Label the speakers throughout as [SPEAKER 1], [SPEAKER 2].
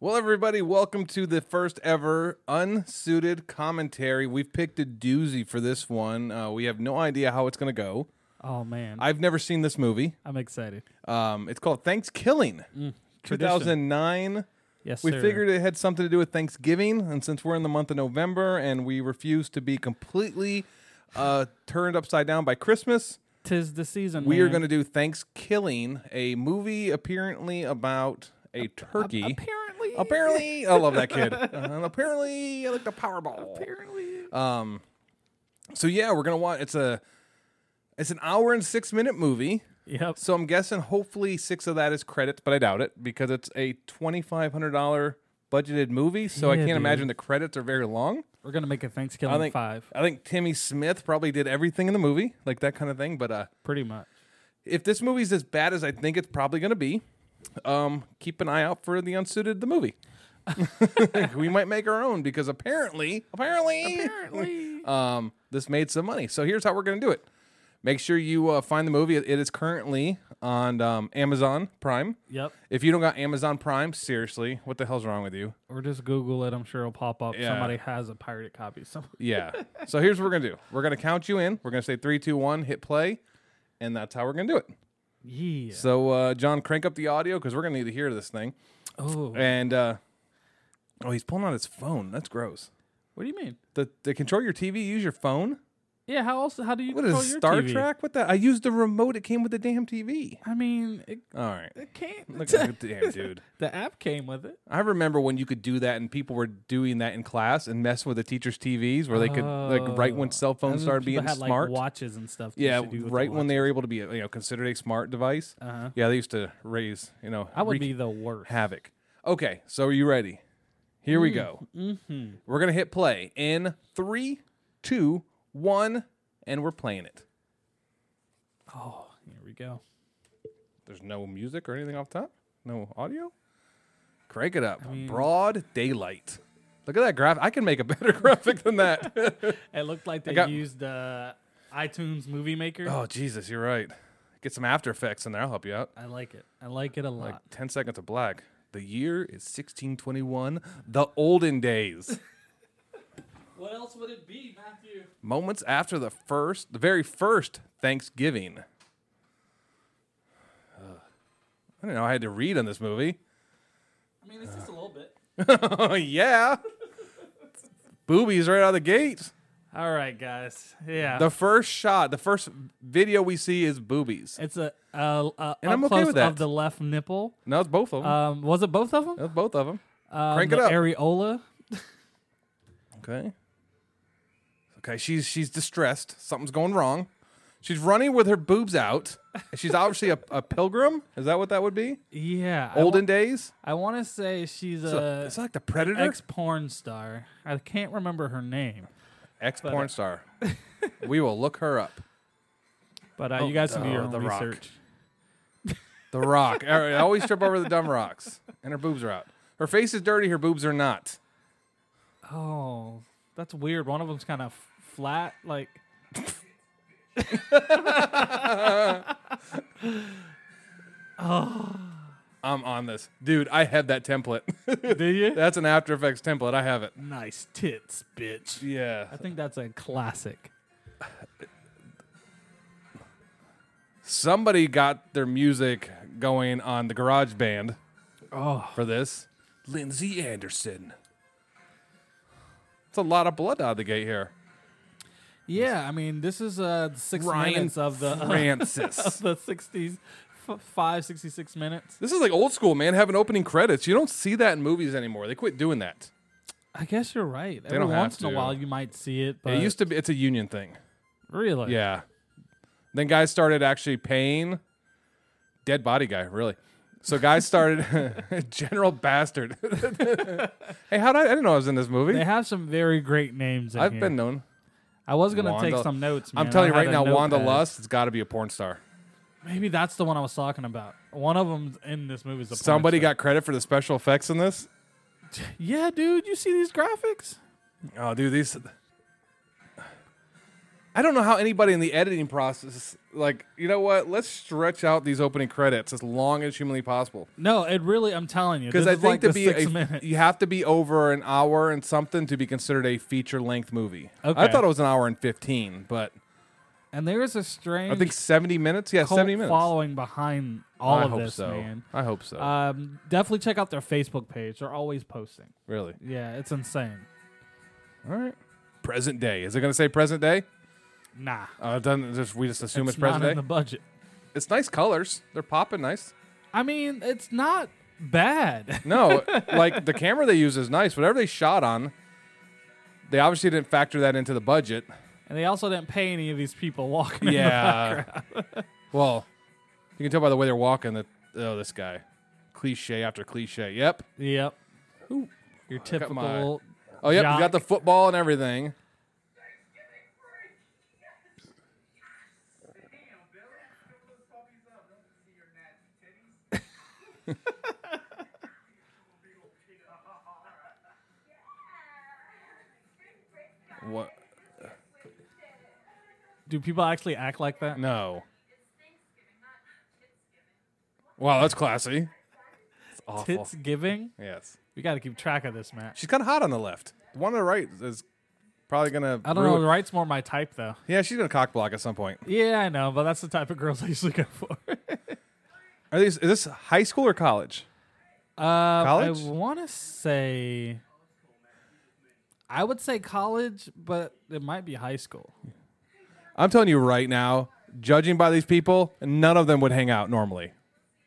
[SPEAKER 1] Well, everybody, welcome to the first ever unsuited commentary. We've picked a doozy for this one. Uh, we have no idea how it's going to go.
[SPEAKER 2] Oh man, I,
[SPEAKER 1] I've never seen this movie.
[SPEAKER 2] am excited.
[SPEAKER 1] Um, it's called Thanksgiving, 2009.
[SPEAKER 2] Yes,
[SPEAKER 1] We
[SPEAKER 2] sir.
[SPEAKER 1] figured it had something to do with Thanksgiving, and since we're in the month of November and we refuse to be completely uh, turned upside down by Christmas,
[SPEAKER 2] tis the season.
[SPEAKER 1] we are going to do Thanksgiving, a movie apparently about a turkey.
[SPEAKER 2] apparently.
[SPEAKER 1] Apparently, I love that kid. Uh, and apparently, I like the Powerball.
[SPEAKER 2] Apparently.
[SPEAKER 1] So yeah, we're gonna watch. It's a, it's an hour and six minute movie.
[SPEAKER 2] yep.
[SPEAKER 1] So I'm guessing hopefully six of that is credits, but I doubt it because it's a twenty five hundred dollar budgeted movie. So I
[SPEAKER 2] Yeah,
[SPEAKER 1] can't
[SPEAKER 2] dude.
[SPEAKER 1] imagine the credits are very long.
[SPEAKER 2] We're gonna make a Thanksgiving
[SPEAKER 1] I think
[SPEAKER 2] five,
[SPEAKER 1] I think Timmy Smith probably did everything in the movie, like that kind of thing. But uh,
[SPEAKER 2] pretty much.
[SPEAKER 1] if this movie's as bad as I think it's probably gonna be, um, keep an eye out for the unsuited the movie. we might make our own because apparently, apparently,
[SPEAKER 2] Apparently.
[SPEAKER 1] um, this made some money. So here's how we're going to do it. Make sure you uh, find the movie. It- it is currently on um, Amazon Prime.
[SPEAKER 2] yep.
[SPEAKER 1] If you don't got Amazon Prime, seriously, what the hell's wrong with you?
[SPEAKER 2] Or just Google it. I'm sure it'll pop up.
[SPEAKER 1] Yeah.
[SPEAKER 2] Somebody has a pirated copy. Some
[SPEAKER 1] Yeah. so here's what we're going to do we're going to count you in. We're going to say three, two, one, hit play. And that's how we're going to do it.
[SPEAKER 2] yeah.
[SPEAKER 1] So, uh, John, crank up the audio because we're going to need to hear this thing.
[SPEAKER 2] oh,
[SPEAKER 1] And, uh, oh, he's pulling out his phone. That's gross.
[SPEAKER 2] what do you mean?
[SPEAKER 1] The, to control your TV, use your phone?
[SPEAKER 2] Yeah. How else? How do you?
[SPEAKER 1] What
[SPEAKER 2] control
[SPEAKER 1] is
[SPEAKER 2] your
[SPEAKER 1] Star
[SPEAKER 2] TV?
[SPEAKER 1] Trek? What the? I used the remote. It came with the damn TV.
[SPEAKER 2] I mean, it,
[SPEAKER 1] All right.
[SPEAKER 2] it can't.
[SPEAKER 1] Look at the damn dude.
[SPEAKER 2] the app came with it.
[SPEAKER 1] I remember when you could do that and people were doing that in class and messing with the teachers' TVs where they could like right when cell
[SPEAKER 2] And
[SPEAKER 1] phones
[SPEAKER 2] then
[SPEAKER 1] started
[SPEAKER 2] Oh, people
[SPEAKER 1] being
[SPEAKER 2] had, like,
[SPEAKER 1] smart.
[SPEAKER 2] watches and stuff.
[SPEAKER 1] yeah, right when they were able to be you know considered a smart device.
[SPEAKER 2] Uh-huh.
[SPEAKER 1] Yeah, they used to raise you know
[SPEAKER 2] I would
[SPEAKER 1] wreak
[SPEAKER 2] be the worst.
[SPEAKER 1] havoc. Okay, so are you ready? Here we go. Mm-hmm. We're gonna hit play in three, two, one, and we're playing it.
[SPEAKER 2] Oh, here we go.
[SPEAKER 1] There's no music or anything off top? No audio? Crank it up. Broad daylight. Look at that graphic. I can make a better graphic than that.
[SPEAKER 2] It looked like they
[SPEAKER 1] got-
[SPEAKER 2] used uh, iTunes Movie Maker.
[SPEAKER 1] oh, Jesus, you're right. Get some After Effects in there. I'll help you out.
[SPEAKER 2] I like it. I like it a lot.
[SPEAKER 1] Like 10 seconds of black. The year is 1621, the olden days.
[SPEAKER 2] what else would it be, Matthew?
[SPEAKER 1] Moments after the first, the very first Thanksgiving. Ugh. I don't know. I had to read on this movie.
[SPEAKER 2] I mean, it's just a little bit.
[SPEAKER 1] Oh, yeah. Boobies right out of the gate.
[SPEAKER 2] All right, guys. Yeah.
[SPEAKER 1] The first shot, the first video we see is boobies.
[SPEAKER 2] it's a, a, a
[SPEAKER 1] And
[SPEAKER 2] up
[SPEAKER 1] I'm okay
[SPEAKER 2] close
[SPEAKER 1] with that.
[SPEAKER 2] of the left nipple.
[SPEAKER 1] No, it's both of them.
[SPEAKER 2] Um, was it both of them?
[SPEAKER 1] That's both of them.
[SPEAKER 2] Um,
[SPEAKER 1] crank
[SPEAKER 2] the
[SPEAKER 1] it up.
[SPEAKER 2] Areola.
[SPEAKER 1] Okay. Okay, she's she's distressed. Something's going wrong. She's running with her boobs out. She's obviously a, a pilgrim. Is that what that would be?
[SPEAKER 2] Yeah.
[SPEAKER 1] Olden days.
[SPEAKER 2] I want to say she's
[SPEAKER 1] It's,
[SPEAKER 2] a
[SPEAKER 1] like the predator,
[SPEAKER 2] ex porn star. I can't remember her name,
[SPEAKER 1] ex porn star. we will look her up.
[SPEAKER 2] but uh, you guys can do
[SPEAKER 1] uh,
[SPEAKER 2] your own
[SPEAKER 1] The Rock.
[SPEAKER 2] research.
[SPEAKER 1] The rock. All right, I always trip over the dumb rocks, and her boobs are out. Her face is dirty. Her boobs are not.
[SPEAKER 2] Oh, that's weird. One of them's kind of flat, like.
[SPEAKER 1] I'm on this, dude. I have that template.
[SPEAKER 2] Do you?
[SPEAKER 1] That's an After Effects template. I have it.
[SPEAKER 2] nice tits, bitch.
[SPEAKER 1] Yeah.
[SPEAKER 2] I think that's a classic.
[SPEAKER 1] Somebody got their music going on the garage band
[SPEAKER 2] Oh,
[SPEAKER 1] for this. Lindsay Anderson. It's a lot of blood out of the gate here.
[SPEAKER 2] yeah. I mean, this is uh the six
[SPEAKER 1] Ryan
[SPEAKER 2] minutes of the uh,
[SPEAKER 1] Francis.
[SPEAKER 2] the sixties, f- five sixty six minutes.
[SPEAKER 1] this is like old school, man, having opening credits. You don't see that in movies anymore. They quit doing that.
[SPEAKER 2] I guess you're right. Every
[SPEAKER 1] don't have
[SPEAKER 2] once in
[SPEAKER 1] to.
[SPEAKER 2] a while, you might see it, but
[SPEAKER 1] it used to be it's a union thing.
[SPEAKER 2] really,
[SPEAKER 1] Yeah. Then guys started actually paying dead body guy, really. So guys started General Bastard. hey, how did I, I didn't know I was in this movie.
[SPEAKER 2] They have some very great names. In
[SPEAKER 1] I've
[SPEAKER 2] here.
[SPEAKER 1] been known.
[SPEAKER 2] I was gonna take
[SPEAKER 1] Wanda-
[SPEAKER 2] some notes.
[SPEAKER 1] I'm
[SPEAKER 2] man.
[SPEAKER 1] telling you
[SPEAKER 2] I had
[SPEAKER 1] right
[SPEAKER 2] a
[SPEAKER 1] now, Wanda
[SPEAKER 2] notepad.
[SPEAKER 1] Lust has got to be a porn star.
[SPEAKER 2] Maybe that's the one I was talking about. One of them in this movie is a porn
[SPEAKER 1] Somebody
[SPEAKER 2] star.
[SPEAKER 1] got credit for the special effects in this.
[SPEAKER 2] Yeah, dude. You see these graphics?
[SPEAKER 1] Oh, dude, these I don't know how anybody in the editing process, like, you know what? Let's stretch out these opening credits as long as humanly possible.
[SPEAKER 2] No, it really. I'm telling you,
[SPEAKER 1] Because
[SPEAKER 2] this
[SPEAKER 1] I
[SPEAKER 2] is
[SPEAKER 1] think
[SPEAKER 2] like
[SPEAKER 1] to
[SPEAKER 2] the
[SPEAKER 1] be
[SPEAKER 2] six
[SPEAKER 1] a,
[SPEAKER 2] minute.
[SPEAKER 1] you have to be over an hour and something to be considered a feature length movie. I
[SPEAKER 2] Okay.
[SPEAKER 1] thought it was an hour and fifteen, but
[SPEAKER 2] And there is a strange
[SPEAKER 1] I think seventy minutes. Yeah,
[SPEAKER 2] cult
[SPEAKER 1] seventy minutes.
[SPEAKER 2] following behind all
[SPEAKER 1] I
[SPEAKER 2] of
[SPEAKER 1] hope
[SPEAKER 2] this,
[SPEAKER 1] so.
[SPEAKER 2] man.
[SPEAKER 1] I hope so.
[SPEAKER 2] Um, definitely check out their Facebook page. They're always posting.
[SPEAKER 1] really.
[SPEAKER 2] Yeah, it's insane.
[SPEAKER 1] All right. Present day. Is it going to say present day?
[SPEAKER 2] Nah,
[SPEAKER 1] Uh, it doesn't just we just assume it's,
[SPEAKER 2] it's not
[SPEAKER 1] present day.
[SPEAKER 2] in the budget.
[SPEAKER 1] It's nice colors. They're popping nice.
[SPEAKER 2] I mean, it's not bad.
[SPEAKER 1] No, like the camera they use is nice. Whatever they shot on, they obviously didn't factor that into the budget.
[SPEAKER 2] and they also didn't pay any of these people walking. in the
[SPEAKER 1] Yeah. well, you can tell by the way they're walking that oh, this guy, cliche after cliche. Yep.
[SPEAKER 2] back- Yep.
[SPEAKER 1] Ooh.
[SPEAKER 2] Your
[SPEAKER 1] got my-
[SPEAKER 2] typical.
[SPEAKER 1] Oh, yep. You
[SPEAKER 2] Jock.
[SPEAKER 1] got the football and everything. What?
[SPEAKER 2] Do people actually act like that?
[SPEAKER 1] No. Wow, that's classy. It's awful.
[SPEAKER 2] Tits giving.
[SPEAKER 1] Yes.
[SPEAKER 2] We got to keep track of this, Matt.
[SPEAKER 1] She's kind of hot on the left. The one on the right is probably gonna.
[SPEAKER 2] I don't
[SPEAKER 1] ruin-
[SPEAKER 2] know. The right's more my type, though.
[SPEAKER 1] Yeah, she's gonna cock block at some point.
[SPEAKER 2] Yeah, I know, but that's the type of girls I usually go for.
[SPEAKER 1] Are these? Is this high school or college?
[SPEAKER 2] Uh,
[SPEAKER 1] College?
[SPEAKER 2] I want to say. I would say college, but it might be high school.
[SPEAKER 1] I'm telling you right now, judging by these people, none of them would hang out normally.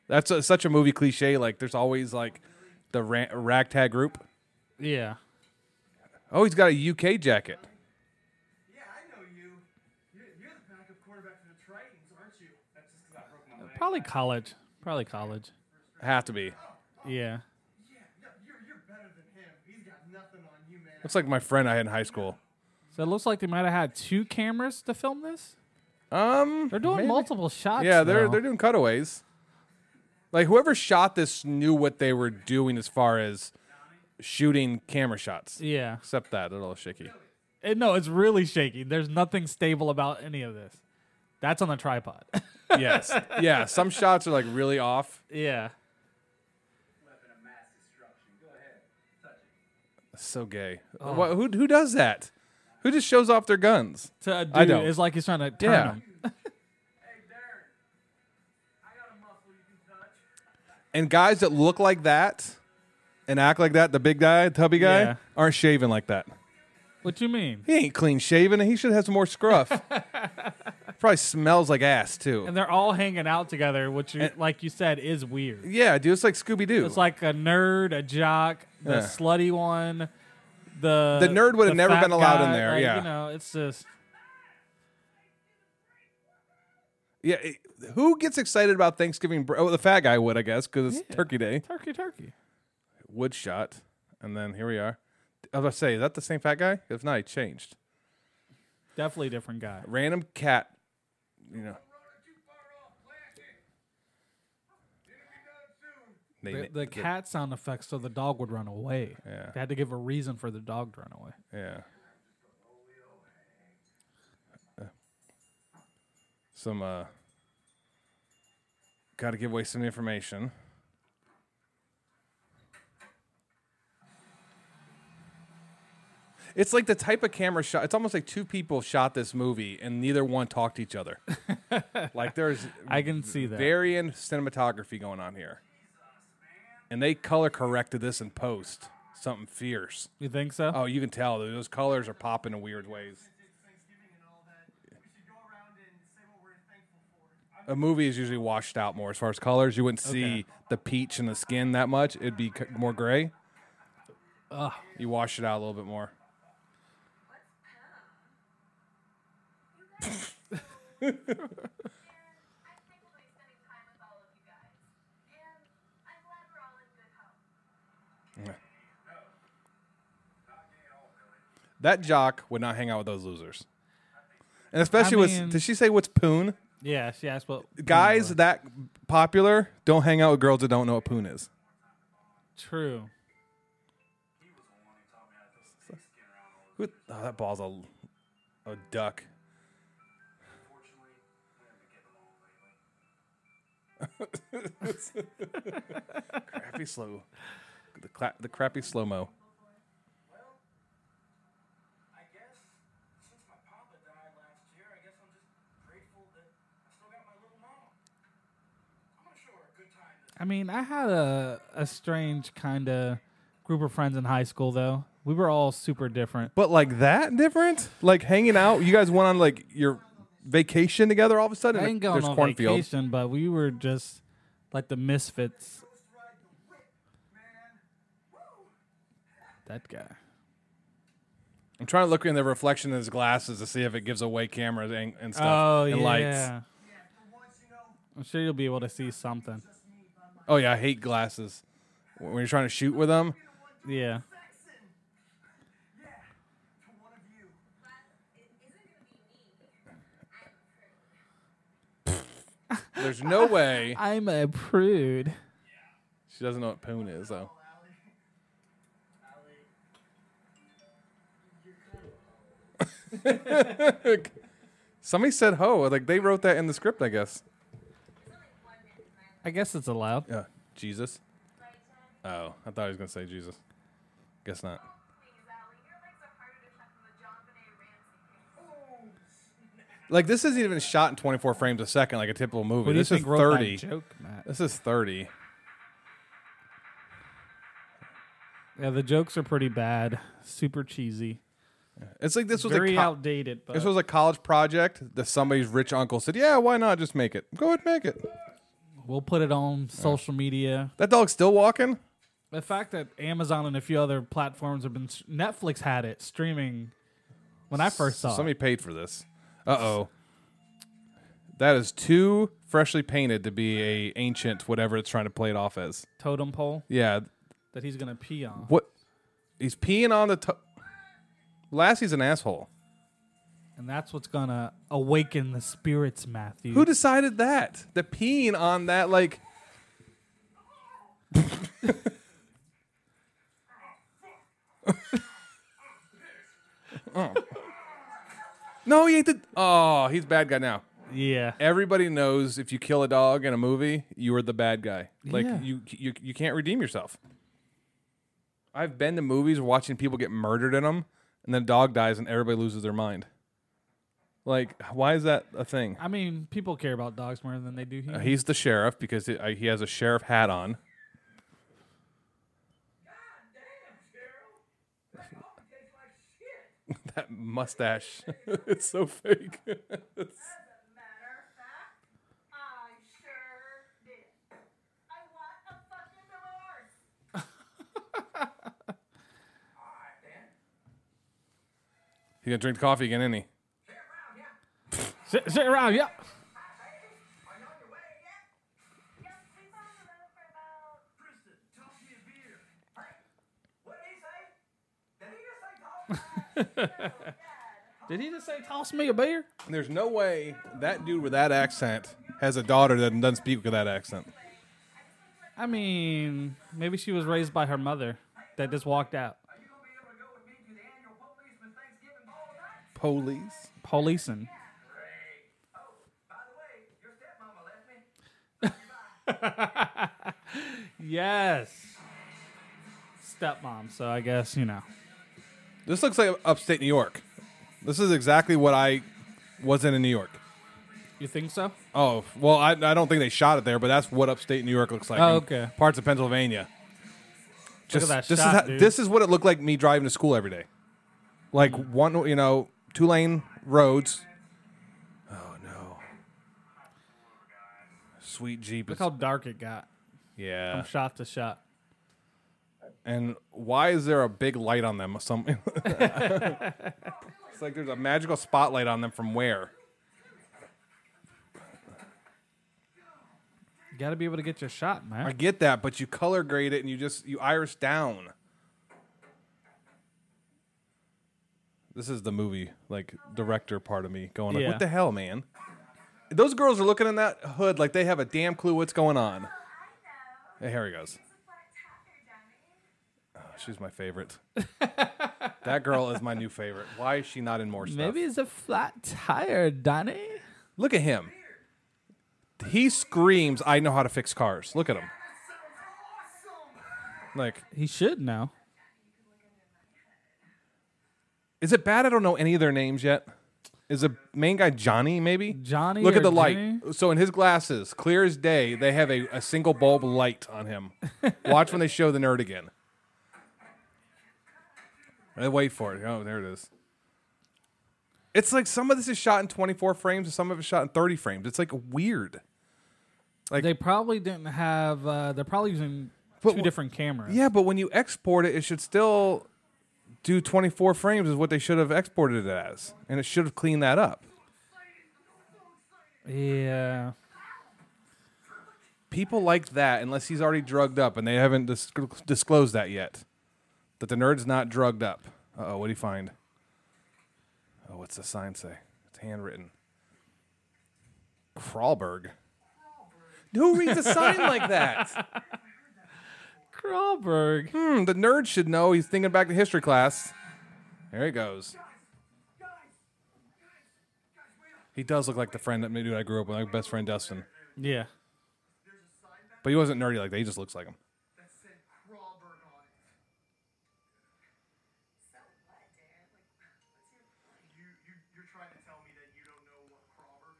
[SPEAKER 1] That's a, such a movie cliche. Like, there's always like the ra- ragtag group.
[SPEAKER 2] Yeah.
[SPEAKER 1] Oh, he's got a UK jacket.
[SPEAKER 3] Yeah, I know you. You're, you're the backup quarterback for the Tritons, aren't you? That's just because I broke my leg.
[SPEAKER 2] Probably college. Probably college.
[SPEAKER 1] Have to be.
[SPEAKER 2] Yeah.
[SPEAKER 3] Yeah, no, you're, you're better than him. He's got nothing on you, man.
[SPEAKER 1] Looks like my friend I had in high school.
[SPEAKER 2] So it looks like they might have had two cameras to film this.
[SPEAKER 1] Um,
[SPEAKER 2] They're doing
[SPEAKER 1] maybe-
[SPEAKER 2] multiple shots.
[SPEAKER 1] Yeah, they're
[SPEAKER 2] though.
[SPEAKER 1] they're doing cutaways. Like whoever shot this knew what they were doing as far as shooting camera shots.
[SPEAKER 2] yeah.
[SPEAKER 1] Except that a little shaky.
[SPEAKER 2] Uh, no, it's really shaky. There's nothing stable about any of this. That's on the tripod.
[SPEAKER 1] Yes. yeah. Some shots are like really off.
[SPEAKER 2] yeah.
[SPEAKER 3] Weapon of mass destruction. Go ahead. Touch it.
[SPEAKER 1] So gay.
[SPEAKER 2] Oh.
[SPEAKER 1] Wha- who who does that? Who just shows off their guns?
[SPEAKER 2] To a dude,
[SPEAKER 1] I don't.
[SPEAKER 2] it's like he's trying to turn
[SPEAKER 1] Yeah.
[SPEAKER 2] him.
[SPEAKER 3] Hey, Darren. I got a muscle you can touch.
[SPEAKER 1] And guys that look like that and act like that, the big guy, tubby guy,
[SPEAKER 2] Yeah.
[SPEAKER 1] aren't shaving like that.
[SPEAKER 2] What you mean?
[SPEAKER 1] He ain't clean shaven and he should have some more scruff. Probably smells like ass too.
[SPEAKER 2] And they're all hanging out together, which, you, like you said, is weird.
[SPEAKER 1] Yeah, dude, it's like Scooby Doo.
[SPEAKER 2] It's like a nerd, a jock, the
[SPEAKER 1] Yeah.
[SPEAKER 2] slutty one, the
[SPEAKER 1] The nerd would have never
[SPEAKER 2] fat
[SPEAKER 1] been allowed in
[SPEAKER 2] guy,
[SPEAKER 1] there,
[SPEAKER 2] like,
[SPEAKER 1] yeah.
[SPEAKER 2] you know, it's just
[SPEAKER 1] Yeah, it- who gets excited about Thanksgiving? Br- oh, the fat guy would, I guess, because it's
[SPEAKER 2] Yeah.
[SPEAKER 1] Turkey Day.
[SPEAKER 2] turkey, turkey.
[SPEAKER 1] Wood shot, and then here we are. I was about to say, is that the same fat guy? If not, he changed.
[SPEAKER 2] Definitely a different guy.
[SPEAKER 1] Random cat, you know.
[SPEAKER 3] Runner too far off. Blast it. It'll be done soon.
[SPEAKER 1] They,
[SPEAKER 2] The,
[SPEAKER 1] na-
[SPEAKER 2] the cat sound effects, so the dog would run away.
[SPEAKER 1] Yeah.
[SPEAKER 2] They had to give a reason for the dog to run away.
[SPEAKER 1] Yeah. Some uh got to give away some information. It's like the type of camera shot. It's almost like two people shot this movie and neither one talked to each other. like there's
[SPEAKER 2] I can see that.
[SPEAKER 1] varying cinematography going on here. And they color corrected this in post. Something fierce.
[SPEAKER 2] You think so?
[SPEAKER 1] Oh, you can tell dude. those colors are popping in weird ways.
[SPEAKER 3] It's Thanksgiving and all that. We should go around and say what we're thankful for. I'm
[SPEAKER 1] A movie is usually washed out more as far as colors. You wouldn't see
[SPEAKER 2] Okay.
[SPEAKER 1] the peach and the skin that much. It'd be c- more gray.
[SPEAKER 2] Ugh.
[SPEAKER 1] You wash it out a little bit more.
[SPEAKER 4] I'm thankful to be spending time with all of you guys. And I'm glad we're all in good health.
[SPEAKER 1] That jock would not hang out with those losers. And especially
[SPEAKER 2] mean-
[SPEAKER 1] with did she say what's poon?
[SPEAKER 2] Yeah, she asked what
[SPEAKER 1] Guys
[SPEAKER 2] Anyway.
[SPEAKER 1] that popular don't hang out with girls that don't know what poon is.
[SPEAKER 2] True.
[SPEAKER 1] Who, oh, that ball's a, a duck. crappy slow. The, cla- the crappy slow mo.
[SPEAKER 3] Well, I guess since my papa died last year, I guess I'm just grateful that I still got my little mom. I'm gonna show her a good time this
[SPEAKER 2] I mean, I had a a strange kind of group of friends in high school though. We were all super different.
[SPEAKER 1] But like that different? Like hanging out? You guys went on like your vacation together all of a sudden?
[SPEAKER 2] I didn't go
[SPEAKER 1] There's
[SPEAKER 2] on
[SPEAKER 1] cornfield.
[SPEAKER 2] vacation, but we were just like the misfits.
[SPEAKER 3] Let's ride the whip, man. Woo!
[SPEAKER 2] That guy.
[SPEAKER 1] I'm trying to look in the reflection in his glasses to see if it gives away cameras and, and stuff
[SPEAKER 2] Oh
[SPEAKER 1] and
[SPEAKER 2] yeah.
[SPEAKER 1] lights.
[SPEAKER 3] Yeah, for once, you know,
[SPEAKER 2] I'm sure you'll be able to see something.
[SPEAKER 3] just me by my
[SPEAKER 1] Oh yeah, I hate glasses. When you're trying to shoot with them,
[SPEAKER 3] You're the one doing
[SPEAKER 2] Yeah.
[SPEAKER 3] the sexing. Yeah, to one of you.
[SPEAKER 4] It isn't gonna be me. I'm a prude.
[SPEAKER 1] there's no way
[SPEAKER 2] I'm a prude.
[SPEAKER 1] she doesn't know what poon is though.
[SPEAKER 3] Oh, Allie. Allie. You're kind of
[SPEAKER 1] Somebody said ho, like they wrote that in the script, I guess.
[SPEAKER 4] There's only one man in my life.
[SPEAKER 2] I guess it's allowed.
[SPEAKER 1] Yeah, Jesus.
[SPEAKER 4] Right, Ted?
[SPEAKER 1] Oh, I thought he was gonna say Jesus. Guess not.
[SPEAKER 4] Please, Allie, your legs are harder to check than the John Benet Ramsey case.
[SPEAKER 3] Oh,
[SPEAKER 1] Like this isn't even shot in 24 frames a second, like a typical movie.
[SPEAKER 2] What do you
[SPEAKER 1] This is
[SPEAKER 2] think wrote that
[SPEAKER 1] 30.
[SPEAKER 2] joke, Matt?
[SPEAKER 1] This is 30.
[SPEAKER 2] Yeah, the jokes are pretty bad. Super cheesy.
[SPEAKER 1] It's like this was
[SPEAKER 2] Very
[SPEAKER 1] a co-
[SPEAKER 2] outdated, but
[SPEAKER 1] this was a college project that somebody's rich uncle said, "Yeah, why not? Just make it. Go ahead, make it."
[SPEAKER 2] we'll put it on social media.
[SPEAKER 1] That dog's still walking.
[SPEAKER 2] The fact that Amazon and a few other platforms have been Netflix had it streaming when I first saw
[SPEAKER 1] Somebody
[SPEAKER 2] it.
[SPEAKER 1] paid for this. Uh oh. That is too freshly painted to be a ancient whatever it's trying to play it off as.
[SPEAKER 2] Totem pole
[SPEAKER 1] Yeah.
[SPEAKER 2] that he's gonna pee on.
[SPEAKER 1] What? He's peeing on the. To- Lassie's an asshole.
[SPEAKER 2] And that's what's gonna awaken the spirits, Matthew.
[SPEAKER 1] Who decided that? The peeing on that like. Oh. No, he ain't the. Oh, he's a bad guy now.
[SPEAKER 2] yeah.
[SPEAKER 1] everybody knows if you kill a dog in a movie, you are the bad guy. Like
[SPEAKER 2] Yeah.
[SPEAKER 1] you, you, you can't redeem yourself. I've been to movies watching people get murdered in them, and then a dog dies and everybody loses their mind. Like, why is that a thing?
[SPEAKER 2] I mean, people care about dogs more than they do
[SPEAKER 1] Uh,
[SPEAKER 2] humans.
[SPEAKER 1] He's the sheriff because he, uh, he has a sheriff hat on.
[SPEAKER 3] God damn, Gerald. That coffee tastes like shit.
[SPEAKER 1] That mustache, it's so fake.
[SPEAKER 4] As a matter of fact, I sure did. I want a fucking divorce.
[SPEAKER 3] All right, then.
[SPEAKER 1] He's gonna drink the coffee again, isn't he?
[SPEAKER 3] Get around, yeah.
[SPEAKER 2] sit, sit around, yeah.
[SPEAKER 3] Are you on your way yet?
[SPEAKER 4] Yes, we've been on the road for about
[SPEAKER 3] Kristen, toss me a beer. Hey, what did he say? Did he just say dog?
[SPEAKER 2] Did he just say toss me a beer?
[SPEAKER 1] There's no way that dude with that accent has a daughter that doesn't speak with that accent.
[SPEAKER 2] I mean, maybe she was raised by her mother that just walked out.
[SPEAKER 3] Are you gonna be able to go with me to the annual policeman Thanksgiving ball night?
[SPEAKER 1] Police.
[SPEAKER 2] Policing.
[SPEAKER 3] Great. Oh, by the way, your stepmama left me.
[SPEAKER 2] Yes. Stepmom, so I guess, you know.
[SPEAKER 1] This looks like upstate New York. This is exactly what I wasn't in New York.
[SPEAKER 2] You think so?
[SPEAKER 1] Oh, well, I, I don't think they shot it there, but that's what upstate New York looks like.
[SPEAKER 2] Oh,
[SPEAKER 1] in
[SPEAKER 2] okay.
[SPEAKER 1] Parts of Pennsylvania. Just,
[SPEAKER 2] that
[SPEAKER 1] this, is
[SPEAKER 2] shot,
[SPEAKER 1] how-
[SPEAKER 2] dude.
[SPEAKER 1] this is what it looked like me driving to school every day. Like
[SPEAKER 2] Mm.
[SPEAKER 1] one, you know, two lane roads. Oh, no. Sweet Jeep.
[SPEAKER 2] Look how dark it got.
[SPEAKER 1] yeah.
[SPEAKER 2] Shot to shot.
[SPEAKER 1] And why is there a big light on them? Some it's like there's a magical spotlight on them from where?
[SPEAKER 2] You gotta be able to get your shot,
[SPEAKER 1] I
[SPEAKER 2] man.
[SPEAKER 1] get that, but you color grade it and you just you iris down. This is the movie like director part of me going like,
[SPEAKER 2] Yeah.
[SPEAKER 1] what the hell, man? Those girls are looking in that hood like they have a damn clue what's going on.
[SPEAKER 4] I know.
[SPEAKER 1] Hey, here he goes.
[SPEAKER 4] It's a flat tire, dummy.
[SPEAKER 1] Oh, she's my favorite. that girl is my new favorite. Why is she not in more stuff?
[SPEAKER 2] Maybe it's a flat tire, Donnie.
[SPEAKER 1] Look at him. He screams, "I know how to fix cars." Look at him. Like,
[SPEAKER 2] He should now.
[SPEAKER 1] is it bad? I don't know any of their names yet. Is the main guy Johnny? Maybe
[SPEAKER 2] Johnny
[SPEAKER 1] Look
[SPEAKER 2] or
[SPEAKER 1] at the
[SPEAKER 2] Jenny?
[SPEAKER 1] light. So in his glasses, clear as day, they have a, a single bulb light on him. Watch when they show the nerd again. I wait for it. Oh, there it is. It's like some of this is shot in 24 frames, and some of it's shot in 30 frames. It's like weird.
[SPEAKER 2] They probably didn't have. Uh, they're probably using
[SPEAKER 1] But
[SPEAKER 2] two
[SPEAKER 1] wh-
[SPEAKER 2] different cameras.
[SPEAKER 1] Yeah, but when you export it, it should still do 24 frames, is what they should have exported it as. And it should have cleaned that up.
[SPEAKER 2] Yeah.
[SPEAKER 1] People like that, unless he's already drugged up, and they haven't dis- disclosed that yet. That the nerd's not drugged up. Uh oh, what do you find? Oh, what's the sign say? It's handwritten. Krawberg. Who reads a sign like that?
[SPEAKER 2] Krawberg.
[SPEAKER 1] Hmm, the nerd should know. He's thinking back to history class. There he goes. He does look like the friend that dude I grew up with, my best friend Dustin.
[SPEAKER 2] Yeah.
[SPEAKER 1] But he wasn't nerdy like that. He just looks like him.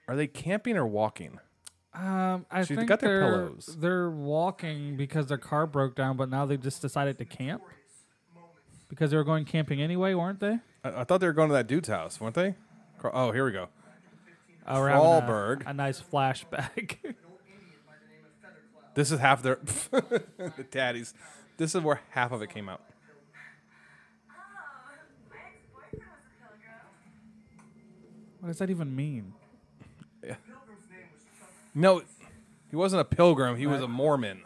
[SPEAKER 1] Are they camping or walking?
[SPEAKER 2] Um, I
[SPEAKER 1] She's
[SPEAKER 2] think
[SPEAKER 1] got their
[SPEAKER 2] they're,
[SPEAKER 1] pillows.
[SPEAKER 2] They're walking because their car broke down, but now they just decided to camp because they were going camping anyway, weren't they?
[SPEAKER 1] I, I thought they were going to that dude's house, weren't they? Cra- Oh, here we go.
[SPEAKER 2] Uh, we're having a-
[SPEAKER 1] Krawberg.
[SPEAKER 2] A, nice flashback.
[SPEAKER 1] This is half their the daddies. This is where half of it came out.
[SPEAKER 2] what does that even mean?
[SPEAKER 1] No, he wasn't a pilgrim. He was a Mormon.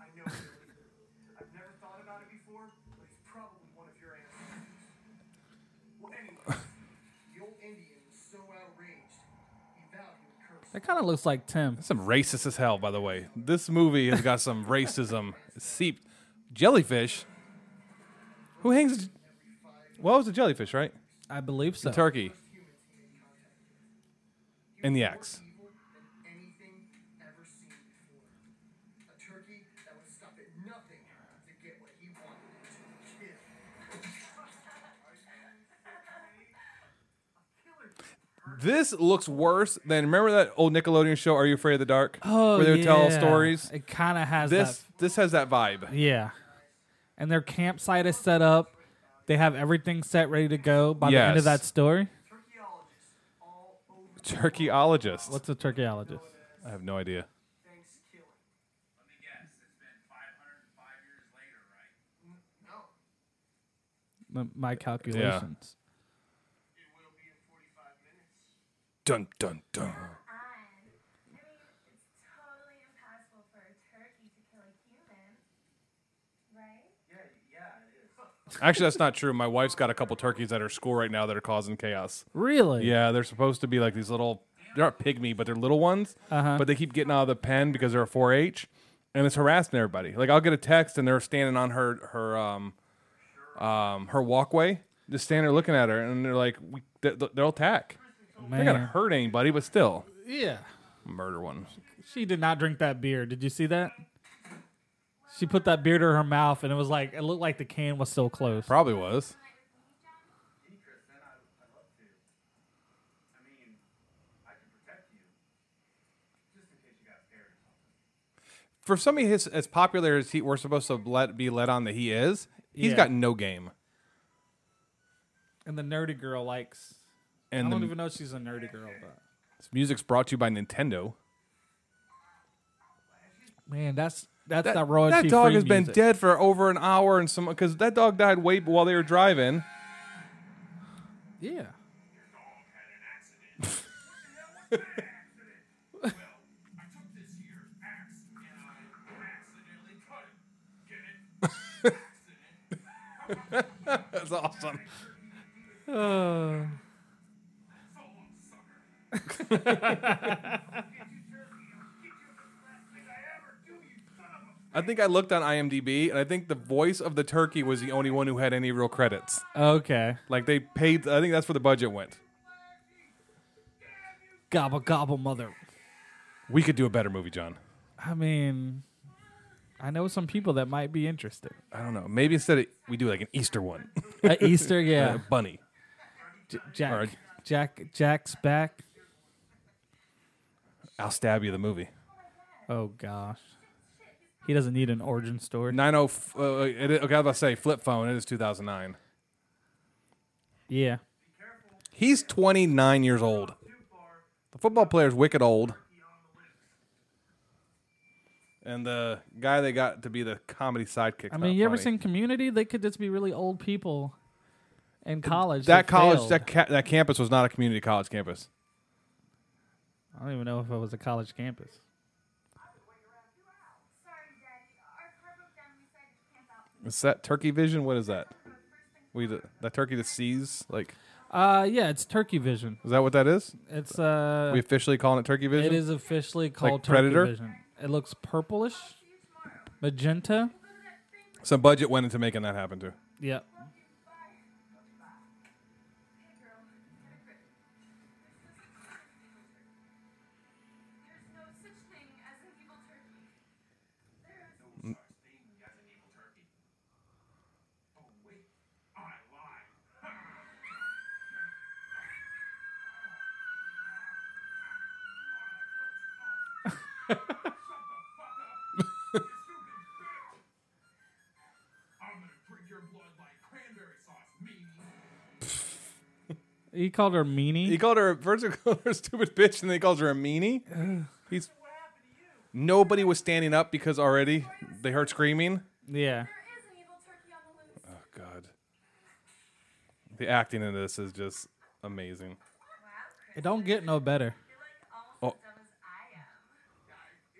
[SPEAKER 3] I've never thought about it before, but it's probably one of your ancestors. Well, anyway, the old Indian was so outraged, he vowed he would curse.
[SPEAKER 2] That kind of looks like Tim.
[SPEAKER 1] Some racist as hell, by the way. This movie has got some racism seeped. Jellyfish. Who hangs? Well, it was a jellyfish, right?
[SPEAKER 2] I believe so.
[SPEAKER 1] Turkey. And the axe.
[SPEAKER 3] evil than anything ever seen before. A turkey that would stop at nothing to get what he wanted it to kill.
[SPEAKER 1] This looks worse than remember that old Nickelodeon show Are You Afraid of the Dark?
[SPEAKER 2] Oh,
[SPEAKER 1] where they would tell
[SPEAKER 2] yeah.
[SPEAKER 1] stories.
[SPEAKER 2] It kind of has
[SPEAKER 1] This
[SPEAKER 2] that.
[SPEAKER 1] this has that vibe.
[SPEAKER 2] Yeah. And their campsite is set up. They have everything set ready to go by the end
[SPEAKER 1] Yes.
[SPEAKER 2] of that story.
[SPEAKER 3] Turkeyologists all over
[SPEAKER 1] Turkeyologist.
[SPEAKER 2] What's a turkeyologist?
[SPEAKER 1] I have no idea.
[SPEAKER 3] Thanksgiving.
[SPEAKER 5] Let me guess, it's been 505 years later, right?
[SPEAKER 3] No,
[SPEAKER 2] M- My calculations.
[SPEAKER 3] it will be in 45 minutes.
[SPEAKER 1] Dun dun dun.
[SPEAKER 4] I mean, it's totally impossible for a turkey to kill a human, right?
[SPEAKER 3] Yeah, yeah, it is.
[SPEAKER 1] Actually, that's not true. My wife's got a couple turkeys at her school right now that are causing chaos.
[SPEAKER 2] Really?
[SPEAKER 1] Yeah, they're supposed to be like these little. They're not pygmy, but they're little ones.
[SPEAKER 2] Uh-huh.
[SPEAKER 1] But they keep getting out of the pen because they're a 4-H, and it's harassing everybody. Like I'll get a text, and they're standing on her her um, um her walkway, just standing there looking at her, and they're like, we, they, they'll attack. They're not gonna
[SPEAKER 2] Man.
[SPEAKER 1] hurt anybody, but still,
[SPEAKER 2] Yeah.
[SPEAKER 1] murder one.
[SPEAKER 2] She did not drink that beer. Did you see that? She put that beer to her mouth, and it was like it looked like the can was still closed.
[SPEAKER 1] Probably was.
[SPEAKER 5] Hey, Chris, then I, I'd love to. I mean, I could protect you, just in case you got scared or something.
[SPEAKER 1] For somebody his, as popular as he, we're supposed to let be let on that he is, He's
[SPEAKER 2] Yeah.
[SPEAKER 1] got no game.
[SPEAKER 2] And the nerdy girl likes. I
[SPEAKER 1] And
[SPEAKER 2] don't
[SPEAKER 1] the
[SPEAKER 2] even know if she's a nerdy girl, but
[SPEAKER 1] this music's brought to you by Nintendo.
[SPEAKER 2] man, that's that's that, royalty.
[SPEAKER 1] that dog
[SPEAKER 2] free
[SPEAKER 1] has been
[SPEAKER 2] music.
[SPEAKER 1] dead for over an hour and some because that dog died way b- while they were driving.
[SPEAKER 2] Yeah.
[SPEAKER 5] Dog had an accident. yeah, what's an accident? well, I took this year's axe and I accidentally cut it. Get it? accident.
[SPEAKER 1] That's awesome.
[SPEAKER 2] Uh,
[SPEAKER 5] So long, sucker.
[SPEAKER 1] I think I looked on IMDb and I think the voice of the turkey was the only one who had any real credits.
[SPEAKER 2] okay.
[SPEAKER 1] Like they paid. I think that's where the budget went.
[SPEAKER 2] Gobble gobble, mother.
[SPEAKER 1] We could do a better movie, John.
[SPEAKER 2] I mean, I know some people that might be interested.
[SPEAKER 1] I don't know. Maybe instead of, we do like an Easter one,
[SPEAKER 2] Uh, Easter, yeah.
[SPEAKER 1] a bunny.
[SPEAKER 2] J-
[SPEAKER 1] Or-
[SPEAKER 2] Jack, Jack, Jack's back.
[SPEAKER 1] I'll stab you. The movie.
[SPEAKER 2] Oh gosh, he doesn't need an origin story.
[SPEAKER 1] Nine oh. f- Uh, it, okay, I was about to say flip phone. It is two thousand nine.
[SPEAKER 2] Yeah,
[SPEAKER 1] He's twenty nine years old. The football player's wicked old. And the guy they got to be the comedy sidekick.
[SPEAKER 2] I mean, you ever seen Community? They could just be really old people in college.
[SPEAKER 1] that college?
[SPEAKER 2] failed.
[SPEAKER 1] That ca- that campus was not a community college campus.
[SPEAKER 2] I don't even know if it was a college campus.
[SPEAKER 4] Sorry, Daddy. Our car broke down. We decided to camp out.
[SPEAKER 1] Is that turkey vision? What is that? We the, that turkey that sees like
[SPEAKER 2] Uh, yeah, it's Turkey Vision.
[SPEAKER 1] is that what that is?
[SPEAKER 2] It's uh,
[SPEAKER 1] We officially calling it turkey vision.
[SPEAKER 2] it is officially called Turkey
[SPEAKER 1] Predator?
[SPEAKER 2] Vision. It looks purplish, magenta.
[SPEAKER 1] Some budget went into making that happen too.
[SPEAKER 2] Yeah.
[SPEAKER 4] There's no such thing as an evil turkey.
[SPEAKER 5] I'm gonna drink your blood like cranberry sauce, meanie.
[SPEAKER 2] He called her meanie.
[SPEAKER 1] He called her first he called her a stupid bitch, and then he calls her a meanie. He's nobody was standing up because already they heard screaming.
[SPEAKER 2] yeah.
[SPEAKER 4] There is an evil turkey on the loose.
[SPEAKER 1] Oh God, the acting in this is just amazing.
[SPEAKER 4] Wow, Chris.
[SPEAKER 2] It don't get no better.
[SPEAKER 4] You're like almost
[SPEAKER 1] Oh.
[SPEAKER 4] as dumb as I am.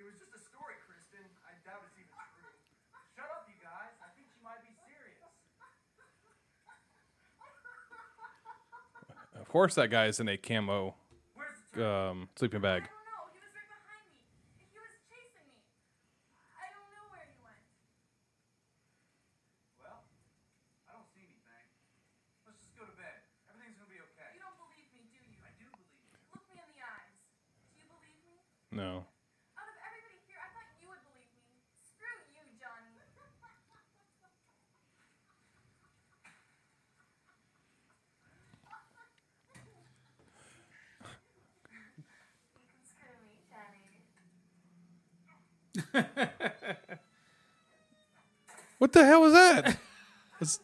[SPEAKER 5] It was just a story, Kristen. I doubt it's even true. Shut up, you guys. I think she might be serious.
[SPEAKER 1] Of course, that guy is in a camo
[SPEAKER 5] Where's the
[SPEAKER 1] um, sleeping bag.
[SPEAKER 4] I don't know. He was right behind me. He was chasing me. I don't know where he went. Oh,
[SPEAKER 5] Well, I don't see anything. Let's just go to bed. Everything's gonna be okay.
[SPEAKER 4] You don't believe me, do you?
[SPEAKER 5] I do believe you.
[SPEAKER 4] Look me in the eyes. Do you believe me?
[SPEAKER 1] No,
[SPEAKER 4] Out of everybody here, I thought you would believe me. Screw you, Johnny. you can screw me, Johnny.
[SPEAKER 1] what the hell was that? Was,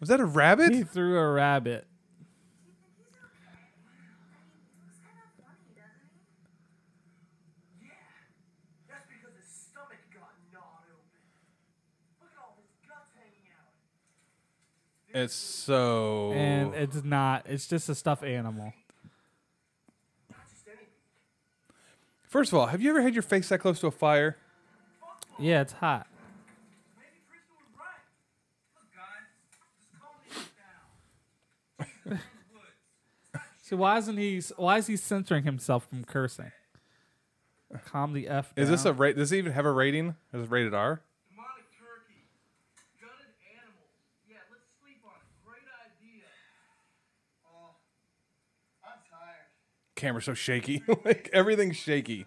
[SPEAKER 1] was that a
[SPEAKER 2] He
[SPEAKER 1] rabbit?
[SPEAKER 2] threw a rabbit.
[SPEAKER 5] That's because his stomach got gnawed open. Look at all his guts hanging out.
[SPEAKER 1] It's so.
[SPEAKER 2] And it's not. It's just a stuffed animal.
[SPEAKER 1] First of all, have you ever had your face that close to a fire?
[SPEAKER 2] Yeah, it's hot.
[SPEAKER 5] Maybe Kristen was right. Look, guys, just calm me down. Jesus, we're in the woods.
[SPEAKER 2] So why isn't he? Why is he censoring himself from cursing? Calm the f.
[SPEAKER 1] Is this a
[SPEAKER 2] down.
[SPEAKER 1] rate? Does it even have a rating? Is it rated R?
[SPEAKER 5] Demonic turkey. Gutted animals. Yeah, let's sleep on it. Great idea. Oh, I'm tired.
[SPEAKER 1] Camera's so shaky. like everything's shaky.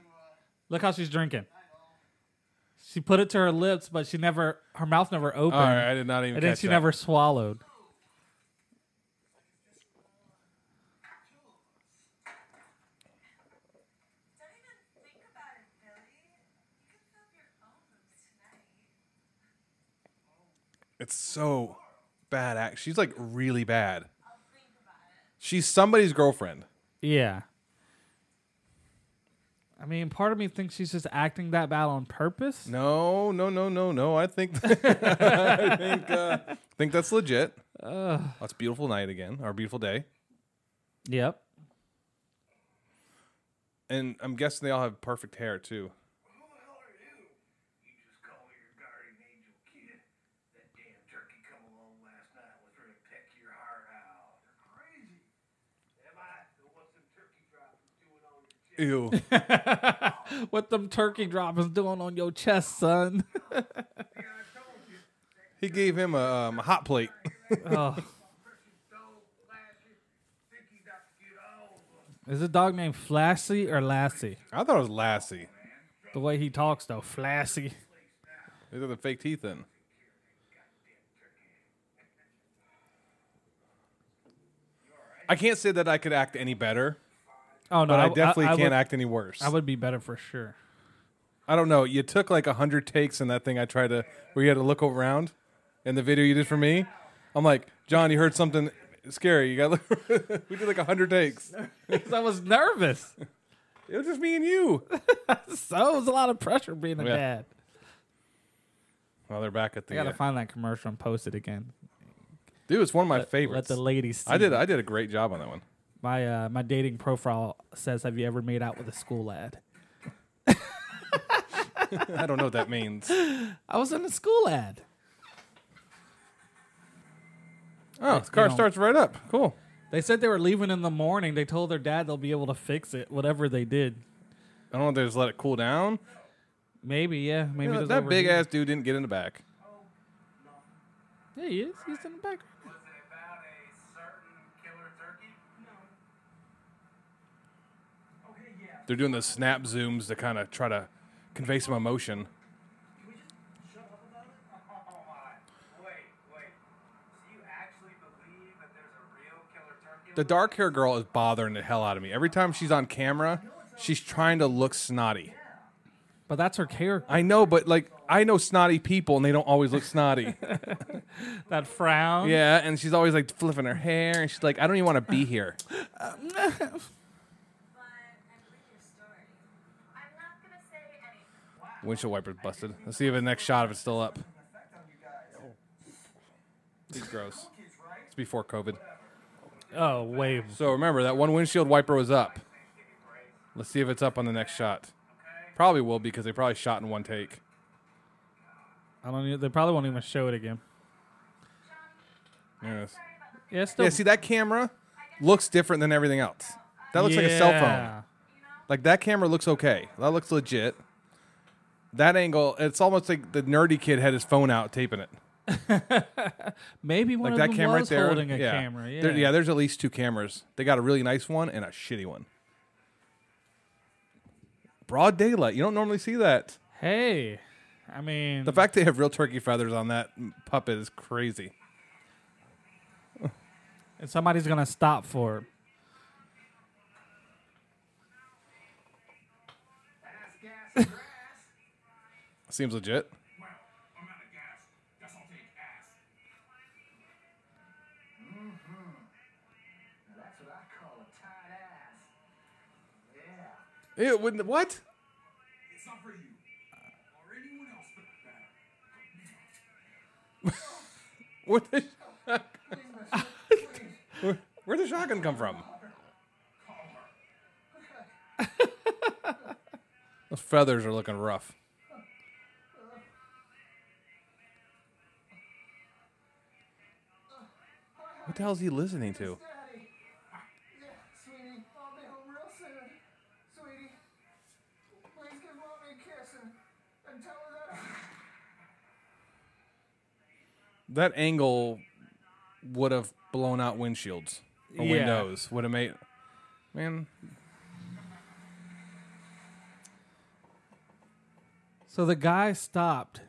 [SPEAKER 2] look how she's drinking? She put it to her lips, but she never. Her mouth never opened,
[SPEAKER 1] All right, I did not even.
[SPEAKER 2] and then
[SPEAKER 1] catch
[SPEAKER 2] she
[SPEAKER 1] that.
[SPEAKER 2] never swallowed.
[SPEAKER 4] Don't even think about it, Billy. You can film your own moves tonight.
[SPEAKER 1] It's so bad. Act. She's like really bad.
[SPEAKER 4] I'll think about it.
[SPEAKER 1] She's somebody's girlfriend.
[SPEAKER 2] Yeah. I mean, part of me thinks she's just acting that bad on purpose.
[SPEAKER 1] No, no, no, no, no. I think. I think. Uh, think that's legit. That's beautiful night again. Our beautiful day.
[SPEAKER 2] Yep.
[SPEAKER 1] And I'm guessing they all have perfect hair too.
[SPEAKER 5] Who the hell are you? You just call me your guardian angel, kid. That damn turkey come along last night was ready to peck your heart out. You're crazy. Am I? So what's them turkey drops doing on your chest?
[SPEAKER 1] Ew.
[SPEAKER 2] What them turkey droppings doing on your chest, son?
[SPEAKER 5] Yeah, I told you.
[SPEAKER 1] he gave him a, um, a hot plate.
[SPEAKER 2] oh,
[SPEAKER 5] Christian stole flashy. Think he's out to get all of us.
[SPEAKER 2] Is the dog named Flashy or Lassie?
[SPEAKER 1] I thought it was Lassie.
[SPEAKER 2] The way he talks though, Flashy.
[SPEAKER 1] These are the fake teeth in. I can't say that I could act any better,
[SPEAKER 2] Oh no,
[SPEAKER 1] but I,
[SPEAKER 2] w-
[SPEAKER 1] definitely
[SPEAKER 2] I
[SPEAKER 1] can't
[SPEAKER 2] would,
[SPEAKER 1] act any worse.
[SPEAKER 2] I would be better for sure.
[SPEAKER 1] I don't know. You took like a hundred takes in that thing. I tried to where you had to look around in the video you did for me. I'm like, John, you heard something scary. You got look. we did like a hundred takes.
[SPEAKER 2] 'Cause I was nervous.
[SPEAKER 1] It was just me and you.
[SPEAKER 2] so it was a lot of pressure being a
[SPEAKER 1] Yeah.
[SPEAKER 2] dad.
[SPEAKER 1] Well, they're back at
[SPEAKER 2] I
[SPEAKER 1] the.
[SPEAKER 2] gotta
[SPEAKER 1] uh,
[SPEAKER 2] find that commercial and post it again.
[SPEAKER 1] dude, it's one of my
[SPEAKER 2] Let
[SPEAKER 1] favorites.
[SPEAKER 2] the ladies. See
[SPEAKER 1] I did. I did a great job on that one.
[SPEAKER 2] my uh, my dating profile says, "Have you ever made out with a school lad?"
[SPEAKER 1] I don't know what that means.
[SPEAKER 2] I was in a school ad.
[SPEAKER 1] Oh, the car
[SPEAKER 2] know.
[SPEAKER 1] starts right up. Cool.
[SPEAKER 2] They said they were leaving in the morning. They told their dad they'll be able to fix it, whatever they did.
[SPEAKER 1] I don't know if they just let it cool down.
[SPEAKER 2] Maybe, yeah, maybe
[SPEAKER 1] Yeah,
[SPEAKER 2] it was
[SPEAKER 1] that
[SPEAKER 2] over
[SPEAKER 1] big
[SPEAKER 2] here.
[SPEAKER 1] ass dude didn't get in the back.
[SPEAKER 2] Yeah, he is. He's in the background.
[SPEAKER 5] Was it about a certain killer turkey?
[SPEAKER 3] Okay, yeah.
[SPEAKER 1] They're doing the snap zooms to kind of try to convey some emotion.
[SPEAKER 3] Can we just shut up about it?
[SPEAKER 5] Oh my. Wait, wait. So you actually believe that there's a real killer turkey?
[SPEAKER 1] The dark hair girl is bothering the hell out of me. Every time she's on camera, she's trying to look snotty.
[SPEAKER 2] But that's her character.
[SPEAKER 1] I know, but like I know snotty people and they don't always look snotty.
[SPEAKER 2] That frown.
[SPEAKER 1] yeah, and she's always like flipping her hair and she's like, I don't even want to be here.
[SPEAKER 4] But I believe your story. I'm not gonna say anything.
[SPEAKER 1] Windshield wiper's busted. Let's see if the next shot if it's still up.
[SPEAKER 3] An effect on you guys.
[SPEAKER 1] It's gross.
[SPEAKER 3] Kids, right?
[SPEAKER 1] It's before COVID.
[SPEAKER 2] Oh, wave.
[SPEAKER 1] So remember that one windshield wiper was up. Let's see if it's up on the next shot. Probably will because they probably shot in one take.
[SPEAKER 2] I don't. Even, they probably won't even show it again.
[SPEAKER 1] Yes.
[SPEAKER 4] Sorry about the
[SPEAKER 2] Yeah, it's still,
[SPEAKER 1] Yeah, see that camera looks different than everything else. That looks like a cell phone.
[SPEAKER 2] Yeah.
[SPEAKER 1] Like that camera looks okay. That looks legit. That angle, it's almost like the nerdy kid had his phone out taping it.
[SPEAKER 2] Maybe one
[SPEAKER 1] Like
[SPEAKER 2] of
[SPEAKER 1] that
[SPEAKER 2] them
[SPEAKER 1] camera
[SPEAKER 2] was
[SPEAKER 1] right there.
[SPEAKER 2] holding a
[SPEAKER 1] yeah.
[SPEAKER 2] camera. Yeah.
[SPEAKER 1] There- yeah, there's at least two cameras. They got a really nice one and a shitty one. Broad daylight. You don't normally see that.
[SPEAKER 2] Hey, I mean,
[SPEAKER 1] The fact they have real turkey feathers on that puppet is crazy.
[SPEAKER 2] and somebody's gonna stop for it.
[SPEAKER 1] Seems legit.
[SPEAKER 5] Well, I'm out of gas. Guess I'll take ass.
[SPEAKER 3] Now that's what I call a tight ass. Yeah.
[SPEAKER 1] Ew, wouldn't- what?
[SPEAKER 5] It's not for you. Or anyone else but that.
[SPEAKER 1] What the Where- Where'd the shotgun come from? Those feathers are looking rough. What the hell is he listening
[SPEAKER 3] Daddy.
[SPEAKER 1] to?
[SPEAKER 3] Yeah, sweetie. I'll be home real soon. Sweetie. Please give mommy a kiss and, and tell her that I...
[SPEAKER 1] That angle would have blown out windshields or
[SPEAKER 2] Yeah.
[SPEAKER 1] windows. Would have made. Man,
[SPEAKER 2] So the guy stopped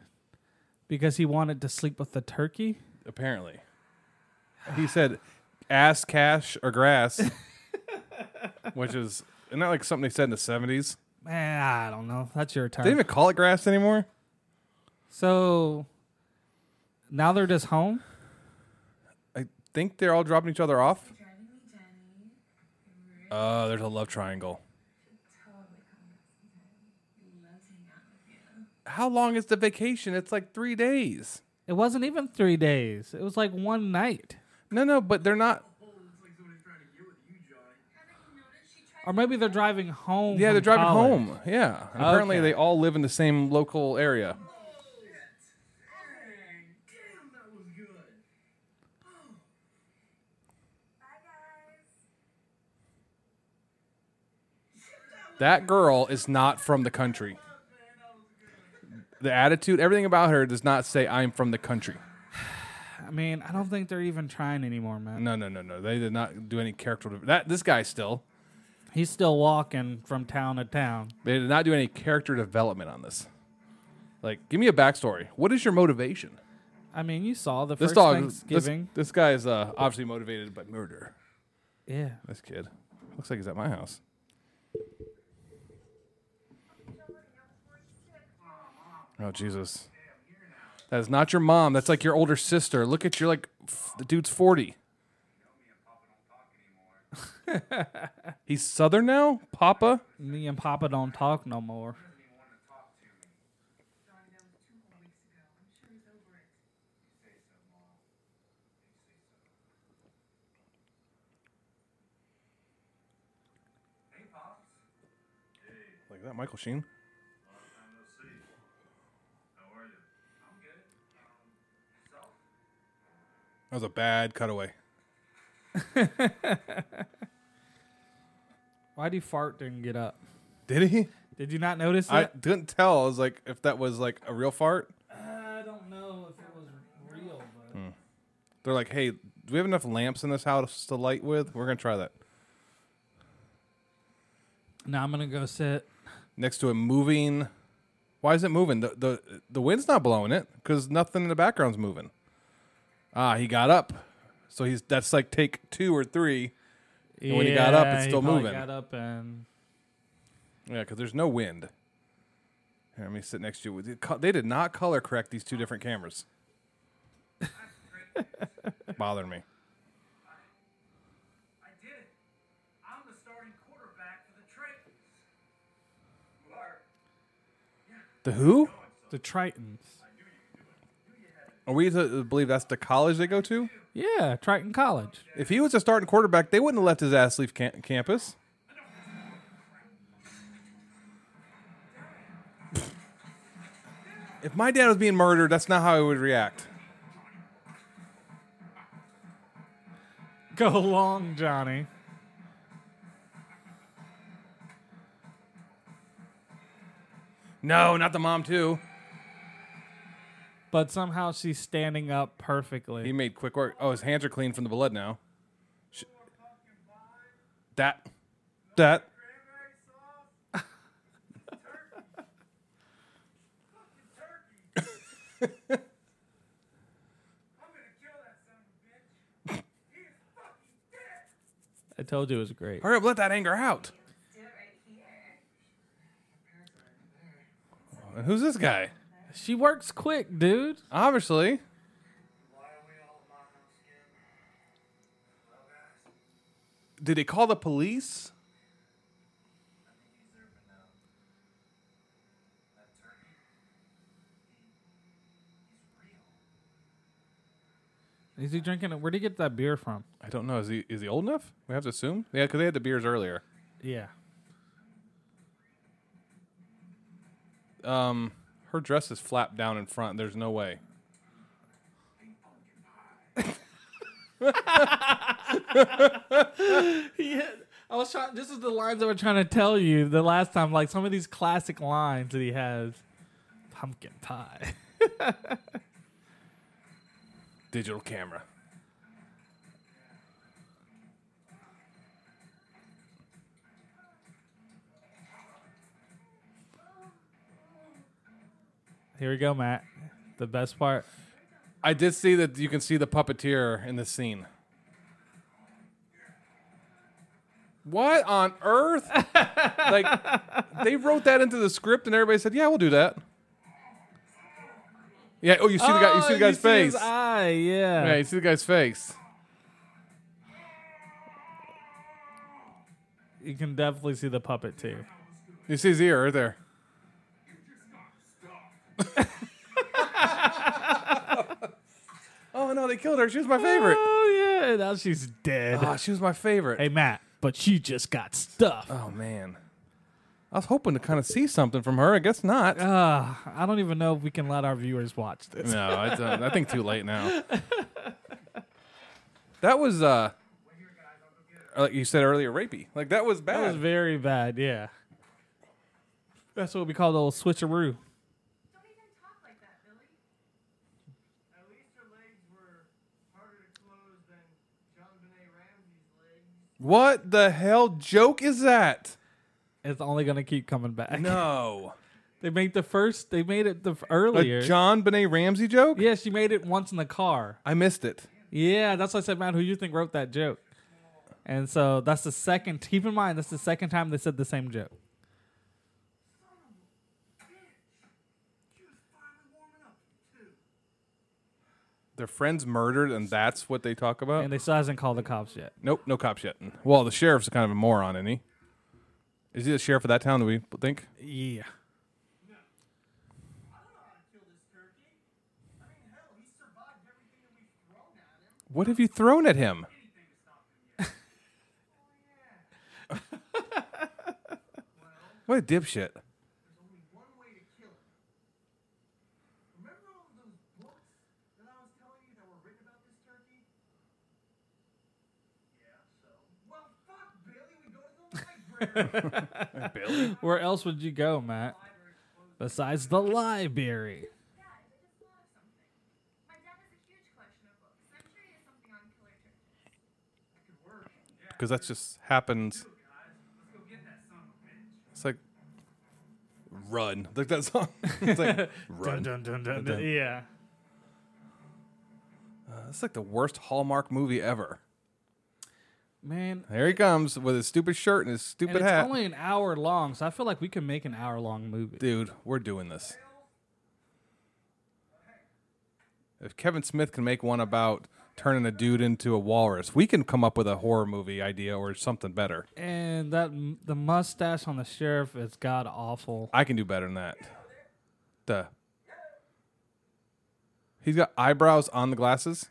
[SPEAKER 2] because he wanted to sleep with the turkey.
[SPEAKER 1] apparently. He said ass, cash, or grass, which is. Isn't that like something they said in the 70s?
[SPEAKER 2] Man, I don't know. That's your
[SPEAKER 1] They
[SPEAKER 2] turn.
[SPEAKER 1] don't even call it grass anymore.
[SPEAKER 2] So now they're just home.
[SPEAKER 1] I think they're all dropping each other off.
[SPEAKER 4] driving me, Jenny.
[SPEAKER 1] Oh, there's a love triangle.
[SPEAKER 4] Totally coming up sometime. Loves hanging out with you.
[SPEAKER 1] How long is the vacation? It's like three days.
[SPEAKER 2] It wasn't even three days. It was like one night,
[SPEAKER 1] No, no, but they're not.
[SPEAKER 5] Oh,
[SPEAKER 4] Haven't you noticed she tried
[SPEAKER 2] or maybe they're driving home.
[SPEAKER 1] Yeah,
[SPEAKER 2] from
[SPEAKER 1] they're driving
[SPEAKER 2] college.
[SPEAKER 1] home. Yeah. And Apparently,
[SPEAKER 2] Okay.
[SPEAKER 1] they all live in the same local area.
[SPEAKER 5] Damn, that was good.
[SPEAKER 4] Bye guys.
[SPEAKER 1] That girl is not from the country. The attitude, everything about her does not say, I'm from the country.
[SPEAKER 2] I mean, I don't think they're even trying anymore, man.
[SPEAKER 1] No, no, no, no. They did not do any character. That This guy still.
[SPEAKER 2] He's still walking from town to town.
[SPEAKER 1] They did not do any character development on this. Like, give me a backstory. What is your motivation?
[SPEAKER 2] I mean, you saw the
[SPEAKER 1] This
[SPEAKER 2] first
[SPEAKER 1] dog, this,
[SPEAKER 2] Thanksgiving.
[SPEAKER 1] this guy is uh, obviously motivated by murder.
[SPEAKER 2] yeah.
[SPEAKER 1] This kid looks like he's at my house. Oh Jesus, that is not your mom. That's like your older sister. Look at your like, f- the dude's forty. he's southern now, Papa.
[SPEAKER 2] Me and Papa don't talk no more.
[SPEAKER 1] Like that, Michael Sheen. That was a bad cutaway.
[SPEAKER 2] Why do you fart didn't get up?
[SPEAKER 1] Did he?
[SPEAKER 2] Did you not notice
[SPEAKER 1] I
[SPEAKER 2] that?
[SPEAKER 1] didn't tell. I was like, if that was like a real fart,
[SPEAKER 2] I, don't know if it was real, but
[SPEAKER 1] they're like, hey, do we have enough lamps in this house to light with? We're gonna try that
[SPEAKER 2] now I'm gonna go sit.
[SPEAKER 1] next to a moving. Why is it moving? The the the wind's not blowing it because nothing in the background's moving. Ah, he got up, so he's that's like take two or three.
[SPEAKER 2] And
[SPEAKER 1] when he got up, it's still moving.
[SPEAKER 2] Got up and
[SPEAKER 1] Yeah, because there's no wind. Here, let me sit next to you. They co- They did not color correct these two different cameras. Bothering me.
[SPEAKER 5] I did it. I'm the starting quarterback for the Titans. You are.
[SPEAKER 1] The who?
[SPEAKER 2] the Tritons.
[SPEAKER 1] Are we to believe that's the college they go to?
[SPEAKER 2] Yeah, Triton College.
[SPEAKER 1] If he was a starting quarterback, they wouldn't have let his ass leave cam- campus. If my dad was being murdered, that's not how I would react.
[SPEAKER 2] Go long, Johnny.
[SPEAKER 1] No, not the mom too.
[SPEAKER 2] But somehow she's standing up perfectly.
[SPEAKER 1] He made quick work. Oh, his hands are clean from the blood now. Sh- That, that.
[SPEAKER 5] I'm gonna kill that son of a bitch.
[SPEAKER 2] I told you it was great.
[SPEAKER 1] Hurry up, let that anger out.
[SPEAKER 4] Do it right here.
[SPEAKER 1] And uh, who's this guy?
[SPEAKER 2] She works quick, dude.
[SPEAKER 1] Obviously,
[SPEAKER 5] Why are we all my house again? Well, guys,
[SPEAKER 1] did he call the police?
[SPEAKER 5] I think he's urban now. That turkey, he, he's real.
[SPEAKER 2] Is he drinking it? Where'd he get that beer from?
[SPEAKER 1] I don't know. Is he is he old enough? We have to assume. Yeah, because they had the beers earlier.
[SPEAKER 2] Yeah.
[SPEAKER 1] Um, her dress is flapped down in front. There's no way.
[SPEAKER 2] Yeah, I was trying. This is the lines I was trying to tell you the last time. Like some of these classic lines that he has. Pumpkin pie.
[SPEAKER 1] Digital camera.
[SPEAKER 2] Here we go, Matt. The best part.
[SPEAKER 1] I did see that you can see the puppeteer in the scene. What on earth? like they wrote that into the script and everybody said, "Yeah, we'll do that." Yeah. Oh, you see the guy. You see the guy's face.
[SPEAKER 2] His eye, yeah.
[SPEAKER 1] Yeah, you see the guy's face.
[SPEAKER 2] You can definitely see the puppet too.
[SPEAKER 1] You see his ear right there. oh no, they killed her. She was my favorite.
[SPEAKER 2] Oh yeah, now she's dead.
[SPEAKER 1] Ah, she was my favorite.
[SPEAKER 2] hey Matt, but she just got stuffed.
[SPEAKER 1] Oh man, I was hoping to kind of see something from her. I guess not.
[SPEAKER 2] Uh, I don't even know if we can let our viewers watch this.
[SPEAKER 1] no, I, don't- I think too late now. That was uh, like you said earlier, rapey. Like that was bad.
[SPEAKER 2] That was very bad. Yeah. That's what we call the old switcheroo.
[SPEAKER 4] Don't even talk like that, Billy.
[SPEAKER 5] At least her legs were harder to close than John Benet Ramsey's legs.
[SPEAKER 1] What the hell joke is that?
[SPEAKER 2] It's only gonna keep coming back.
[SPEAKER 1] No.
[SPEAKER 2] They made the first. They made it the f-
[SPEAKER 1] A
[SPEAKER 2] earlier.
[SPEAKER 1] John Benet Ramsey joke?
[SPEAKER 2] yeah, she made it once in the car.
[SPEAKER 1] I missed it.
[SPEAKER 2] Yeah, that's why I said, man, who you think wrote that joke? And so that's the second. Keep in mind, that's the second time they said the same joke.
[SPEAKER 5] She was finally warming up, too.
[SPEAKER 1] Their friend's murdered, and that's what they talk about?
[SPEAKER 2] And they still hasn't called the cops yet.
[SPEAKER 1] nope, no cops yet. Well, the sheriff's kind of a moron, isn't he? Is he the sheriff of that town, do we think?
[SPEAKER 2] Yeah.
[SPEAKER 5] I don't know how to kill this turkey. I mean, hell, he survived everything that we've thrown at him.
[SPEAKER 1] What have you thrown at him?
[SPEAKER 5] Anything to stop him yet.
[SPEAKER 1] What a dipshit.
[SPEAKER 5] There's only one way to kill him. Remember all of those books that I was telling you that were written about this turkey? Yeah, so. Well, fuck, Billy, we go to the library.
[SPEAKER 1] Billy.
[SPEAKER 2] Where else would you go, Matt? Besides the library.
[SPEAKER 4] Dad, I just thought of something. My dad has a huge collection of books. I'm sure he has something on killer turkeys.
[SPEAKER 1] Because that just happens. It's like, run. Like that song. It's like, run. dun.
[SPEAKER 2] Yeah.
[SPEAKER 1] That's like the worst Hallmark movie ever.
[SPEAKER 2] Man.
[SPEAKER 1] There he comes with his stupid shirt and his
[SPEAKER 2] And
[SPEAKER 1] stupid
[SPEAKER 2] it's
[SPEAKER 1] hat.
[SPEAKER 2] only an hour long, so I feel like we can make an hour long movie.
[SPEAKER 1] Dude, we're doing this. If Kevin Smith can make one about turning a dude into a walrus, we can come up with a horror movie idea or something better.
[SPEAKER 2] And that m- the mustache on the sheriff is god awful.
[SPEAKER 1] I can do better than that. The He's got eyebrows on the glasses.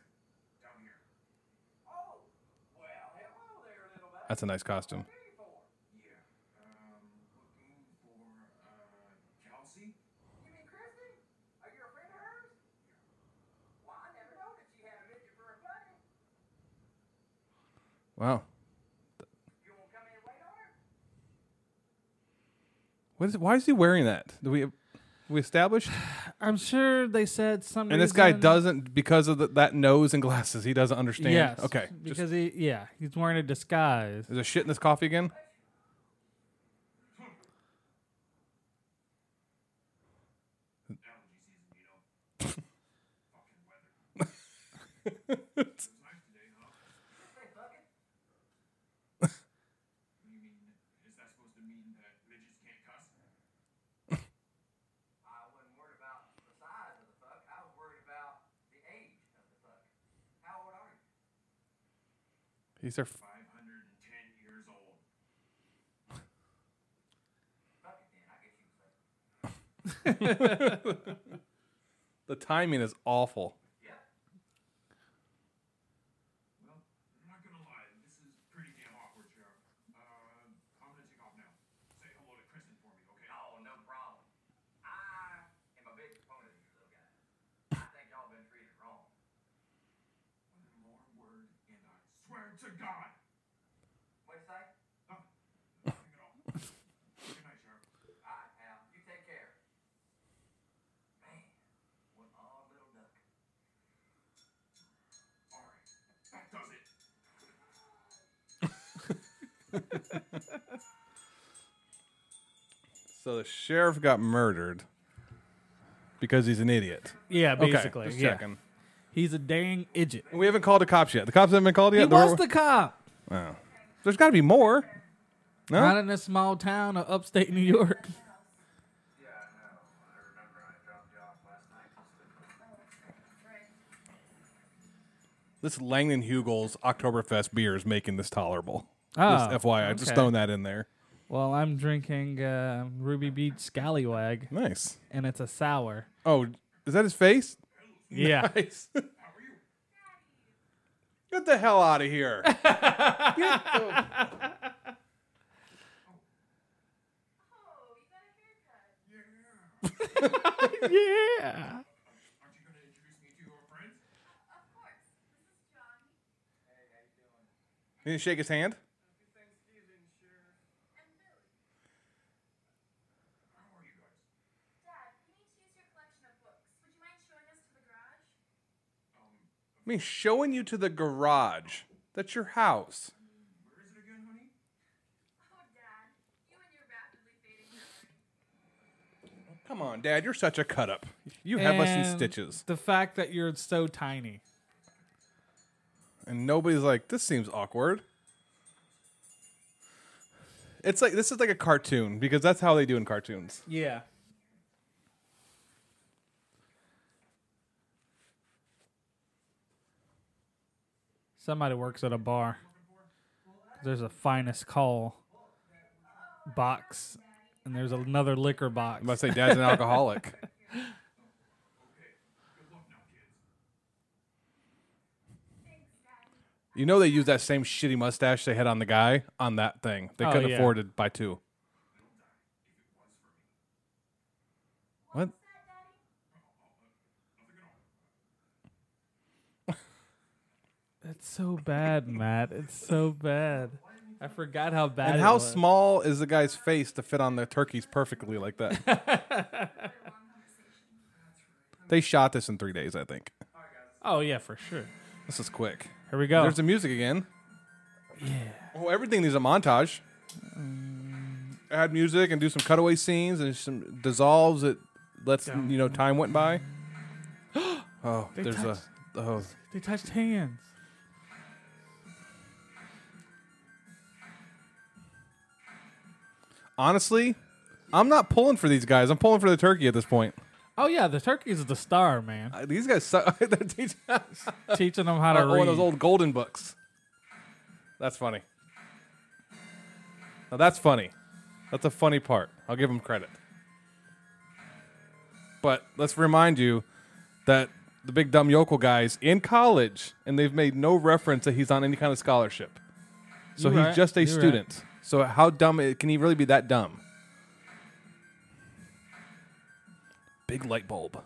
[SPEAKER 5] oh, well, hello there, little man.
[SPEAKER 1] That's a nice costume.
[SPEAKER 5] Looking for? Yeah, um, looking for, uh, Kelsey? You mean Christy? Are you a friend of hers? Well, I never know that you had an itch for a buddy.
[SPEAKER 1] Wow.
[SPEAKER 5] You won't come in and wait on her?
[SPEAKER 1] What is, why is he wearing that? Do we we established?
[SPEAKER 2] I'm sure they said some.
[SPEAKER 1] And this guy
[SPEAKER 2] reason-
[SPEAKER 1] doesn't because of the, that nose and glasses. He doesn't understand.
[SPEAKER 2] Yes.
[SPEAKER 1] Okay. Just,
[SPEAKER 2] Because he, yeah, he's wearing a disguise.
[SPEAKER 1] there's a shit in this coffee again.
[SPEAKER 5] Allergy season, you know. Fucking weather. It's nice today, huh? what do you mean? Is that supposed to mean that midgets can't cuss? I wasn't worried about the size of the fuck. I was worried about the age of the fuck. How old are you?
[SPEAKER 1] He's there.
[SPEAKER 5] 510 years old. Fuck it then, I guess you was like,
[SPEAKER 1] The timing is awful.
[SPEAKER 5] Well, I'm not gonna lie, this is pretty damn awkward, Sheriff. Uh, I'm gonna take off now. Say hello to Kristen for me, okay? Oh, no problem. I am a big proponent of you little guys. I think y'all been treated wrong. One more word, and I swear to God. Oh, What'd you say? Nothing at all. Good night, Sheriff. All right, pal. You take care. Man, what odd little duck. All right, that does it.
[SPEAKER 1] So the sheriff got murdered because he's an idiot.
[SPEAKER 2] Yeah,
[SPEAKER 1] Okay,
[SPEAKER 2] basically.
[SPEAKER 1] just
[SPEAKER 2] yeah.
[SPEAKER 1] checking.
[SPEAKER 2] He's a dang idiot.
[SPEAKER 1] We haven't called the cops yet. The cops haven't been called yet.
[SPEAKER 2] he was
[SPEAKER 1] were-
[SPEAKER 2] the cop.
[SPEAKER 1] Oh. There's got to be more. No.
[SPEAKER 2] Not in a small town of upstate New York.
[SPEAKER 5] Yeah, I know. I remember I dropped you off last night.
[SPEAKER 1] This Langdon Hugels Oktoberfest beer is making this tolerable.
[SPEAKER 2] Oh,
[SPEAKER 1] just FYI, just
[SPEAKER 2] okay.
[SPEAKER 1] throwing that in there.
[SPEAKER 2] Well, I'm drinking uh, Ruby Beach Scallywag,
[SPEAKER 1] Nice.
[SPEAKER 2] and it's a sour.
[SPEAKER 1] Oh, is that his face?
[SPEAKER 2] Yeah.
[SPEAKER 1] Nice. Get the hell out of here.
[SPEAKER 4] Oh, you got a haircut.
[SPEAKER 2] yeah.
[SPEAKER 5] Aren't you going to introduce me to your friends?
[SPEAKER 4] Of course. This is John.
[SPEAKER 1] He didn't shake his hand?
[SPEAKER 4] And Billy.
[SPEAKER 5] How are you guys?
[SPEAKER 4] Dad, we need to use your collection of books. Would you mind showing us to the garage?
[SPEAKER 1] I mean, showing you to the garage. That's your house.
[SPEAKER 5] Where is it again?
[SPEAKER 4] Oh,
[SPEAKER 1] Come on, Dad, you're such a cut up. You have us in
[SPEAKER 2] And
[SPEAKER 1] stitches.
[SPEAKER 2] The fact that you're so tiny.
[SPEAKER 1] And nobody's like, this seems awkward. It's like this is like a cartoon because that's how they do in cartoons.
[SPEAKER 2] Yeah. Somebody works at a bar. There's a finest call box, and there's another liquor box.
[SPEAKER 1] I'm about to say dad's an alcoholic. You know they use that same shitty mustache they had on the guy on that thing. They
[SPEAKER 2] Oh,
[SPEAKER 1] couldn't
[SPEAKER 2] yeah.
[SPEAKER 1] afford it by two. What?
[SPEAKER 2] It's so bad, Matt. It's so bad. I forgot how bad.
[SPEAKER 1] And
[SPEAKER 2] it
[SPEAKER 1] how
[SPEAKER 2] was.
[SPEAKER 1] small is the guy's face to fit on the turkeys perfectly like that? they shot this in three days, I think.
[SPEAKER 2] Oh yeah, for sure.
[SPEAKER 1] This is quick.
[SPEAKER 2] Here we go.
[SPEAKER 1] There's the music again. Yeah. Oh, everything needs a montage. Add music and do some cutaway scenes and some dissolves. It lets you know time went by. Oh, there's
[SPEAKER 2] touched.
[SPEAKER 1] a oh,
[SPEAKER 2] they touched hands.
[SPEAKER 1] honestly, I'm not pulling for these guys. I'm pulling for the turkey at this point.
[SPEAKER 2] Oh yeah, the turkey's the star, man.
[SPEAKER 1] Uh, These guys suck. They're teaching
[SPEAKER 2] Teaching them how to
[SPEAKER 1] oh, one
[SPEAKER 2] read.
[SPEAKER 1] of those old golden books. That's funny. Now that's funny. That's a funny part. I'll give them credit. But let's remind you that the big dumb yokel guy's in college, and they've made no reference that he's on any kind of scholarship. So
[SPEAKER 2] You're
[SPEAKER 1] he's
[SPEAKER 2] right.
[SPEAKER 1] just a
[SPEAKER 2] You're right.
[SPEAKER 1] student. So how dumb it, can he really be that dumb? Big light bulb.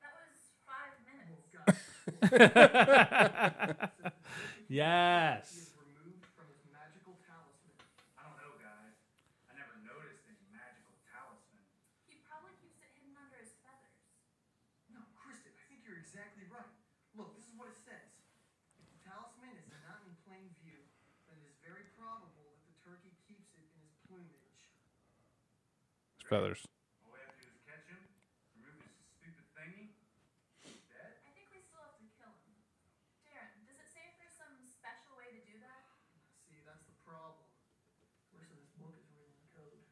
[SPEAKER 4] That was five minutes.
[SPEAKER 2] yes.
[SPEAKER 5] removed from his magical talisman. I don't know, guys. I never noticed any magical talisman.
[SPEAKER 4] He probably keeps it hidden under his feathers.
[SPEAKER 5] No, Kristen, I think you're exactly right. Look, this is what it says. The talisman is not in plain view, but it is very probable that the turkey keeps it in his plumage.
[SPEAKER 1] His feathers.
[SPEAKER 5] All we have to do is catch him, remove his stupid thingy. Dead?
[SPEAKER 4] I think we still have to kill him. Darren, does it say if there's some special way to do that?
[SPEAKER 5] See, that's the problem. Worse than this book is written in code.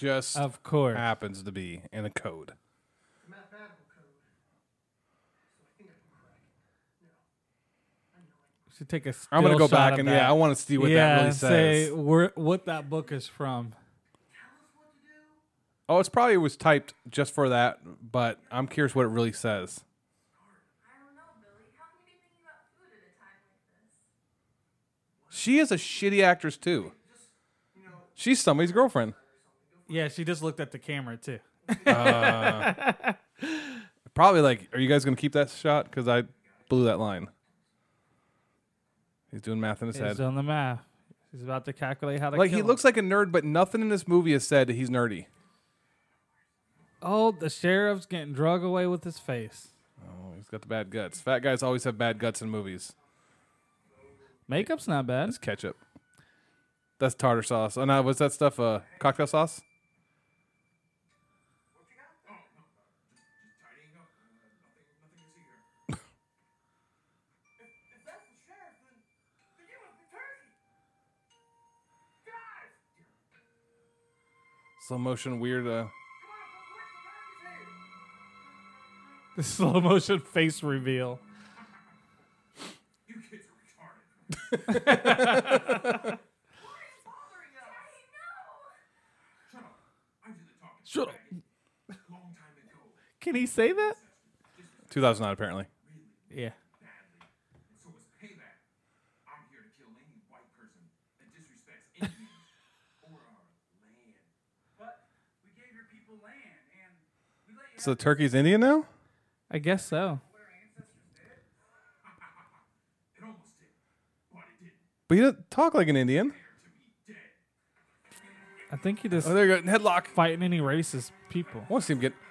[SPEAKER 1] Just
[SPEAKER 2] Of course.
[SPEAKER 1] happens to be in a code.
[SPEAKER 5] It's a mathematical code. So I think I can crack it. No. I know I can.
[SPEAKER 2] Should take a still
[SPEAKER 1] I'm gonna go
[SPEAKER 2] shot
[SPEAKER 1] back and
[SPEAKER 2] of
[SPEAKER 1] yeah,
[SPEAKER 2] that.
[SPEAKER 1] I want to see what
[SPEAKER 2] yeah,
[SPEAKER 1] that really
[SPEAKER 2] and
[SPEAKER 1] says.
[SPEAKER 2] say where, what that book is from.
[SPEAKER 5] Tell us what to do.
[SPEAKER 1] Oh, it's probably was typed just for that, but I'm curious what it really says.
[SPEAKER 4] I don't know, Billy. How can you be thinking about food at a time like this?
[SPEAKER 1] She is a shitty actress too. She's somebody's girlfriend.
[SPEAKER 2] Yeah, she just looked at the camera too.
[SPEAKER 1] Probably like, are you guys gonna keep that shot? Because I blew that line. He's doing math in his
[SPEAKER 2] He's
[SPEAKER 1] head.
[SPEAKER 2] on the map. He's about to calculate how to
[SPEAKER 1] Like
[SPEAKER 2] kill
[SPEAKER 1] he
[SPEAKER 2] him.
[SPEAKER 1] looks like a nerd, but nothing in this movie is said that he's nerdy.
[SPEAKER 2] Oh, the sheriff's getting drug away with his face.
[SPEAKER 1] Oh, he's got the bad guts. Fat guys always have bad guts in movies.
[SPEAKER 2] Makeup's not bad.
[SPEAKER 1] It's ketchup. That's tartar sauce. And uh, what's that stuff? Uh, cocktail sauce.
[SPEAKER 5] Tidying up. Uh, nothing, nothing to see here. if, if that's the sheriff, then, then you must be turkey. Guys!
[SPEAKER 1] Slow motion, weird. Uh,
[SPEAKER 5] Come on, come quick, the turkey's here!
[SPEAKER 2] The slow motion face reveal.
[SPEAKER 5] You kids are retarded. Why is bothering us? Daddy, no! Shut up. I did the talking.
[SPEAKER 2] Shut up.
[SPEAKER 5] up. Long time ago.
[SPEAKER 2] Can he say that?
[SPEAKER 1] 2009 apparently.
[SPEAKER 2] Yeah.
[SPEAKER 5] badly, and so is payback. I'm here to kill any white person that disrespects Indians or our land. But we gave your people land, and we let you
[SPEAKER 1] So the turkey's Indian now?
[SPEAKER 2] I guess so.
[SPEAKER 5] have our ancestors did. it almost did, but it didn't.
[SPEAKER 1] But he doesn't talk like an Indian.
[SPEAKER 5] They're to be dead.
[SPEAKER 2] I think he just
[SPEAKER 1] Oh, there you go. Headlock.
[SPEAKER 2] fighting any racist people.
[SPEAKER 1] I want to see him get.
[SPEAKER 5] Quit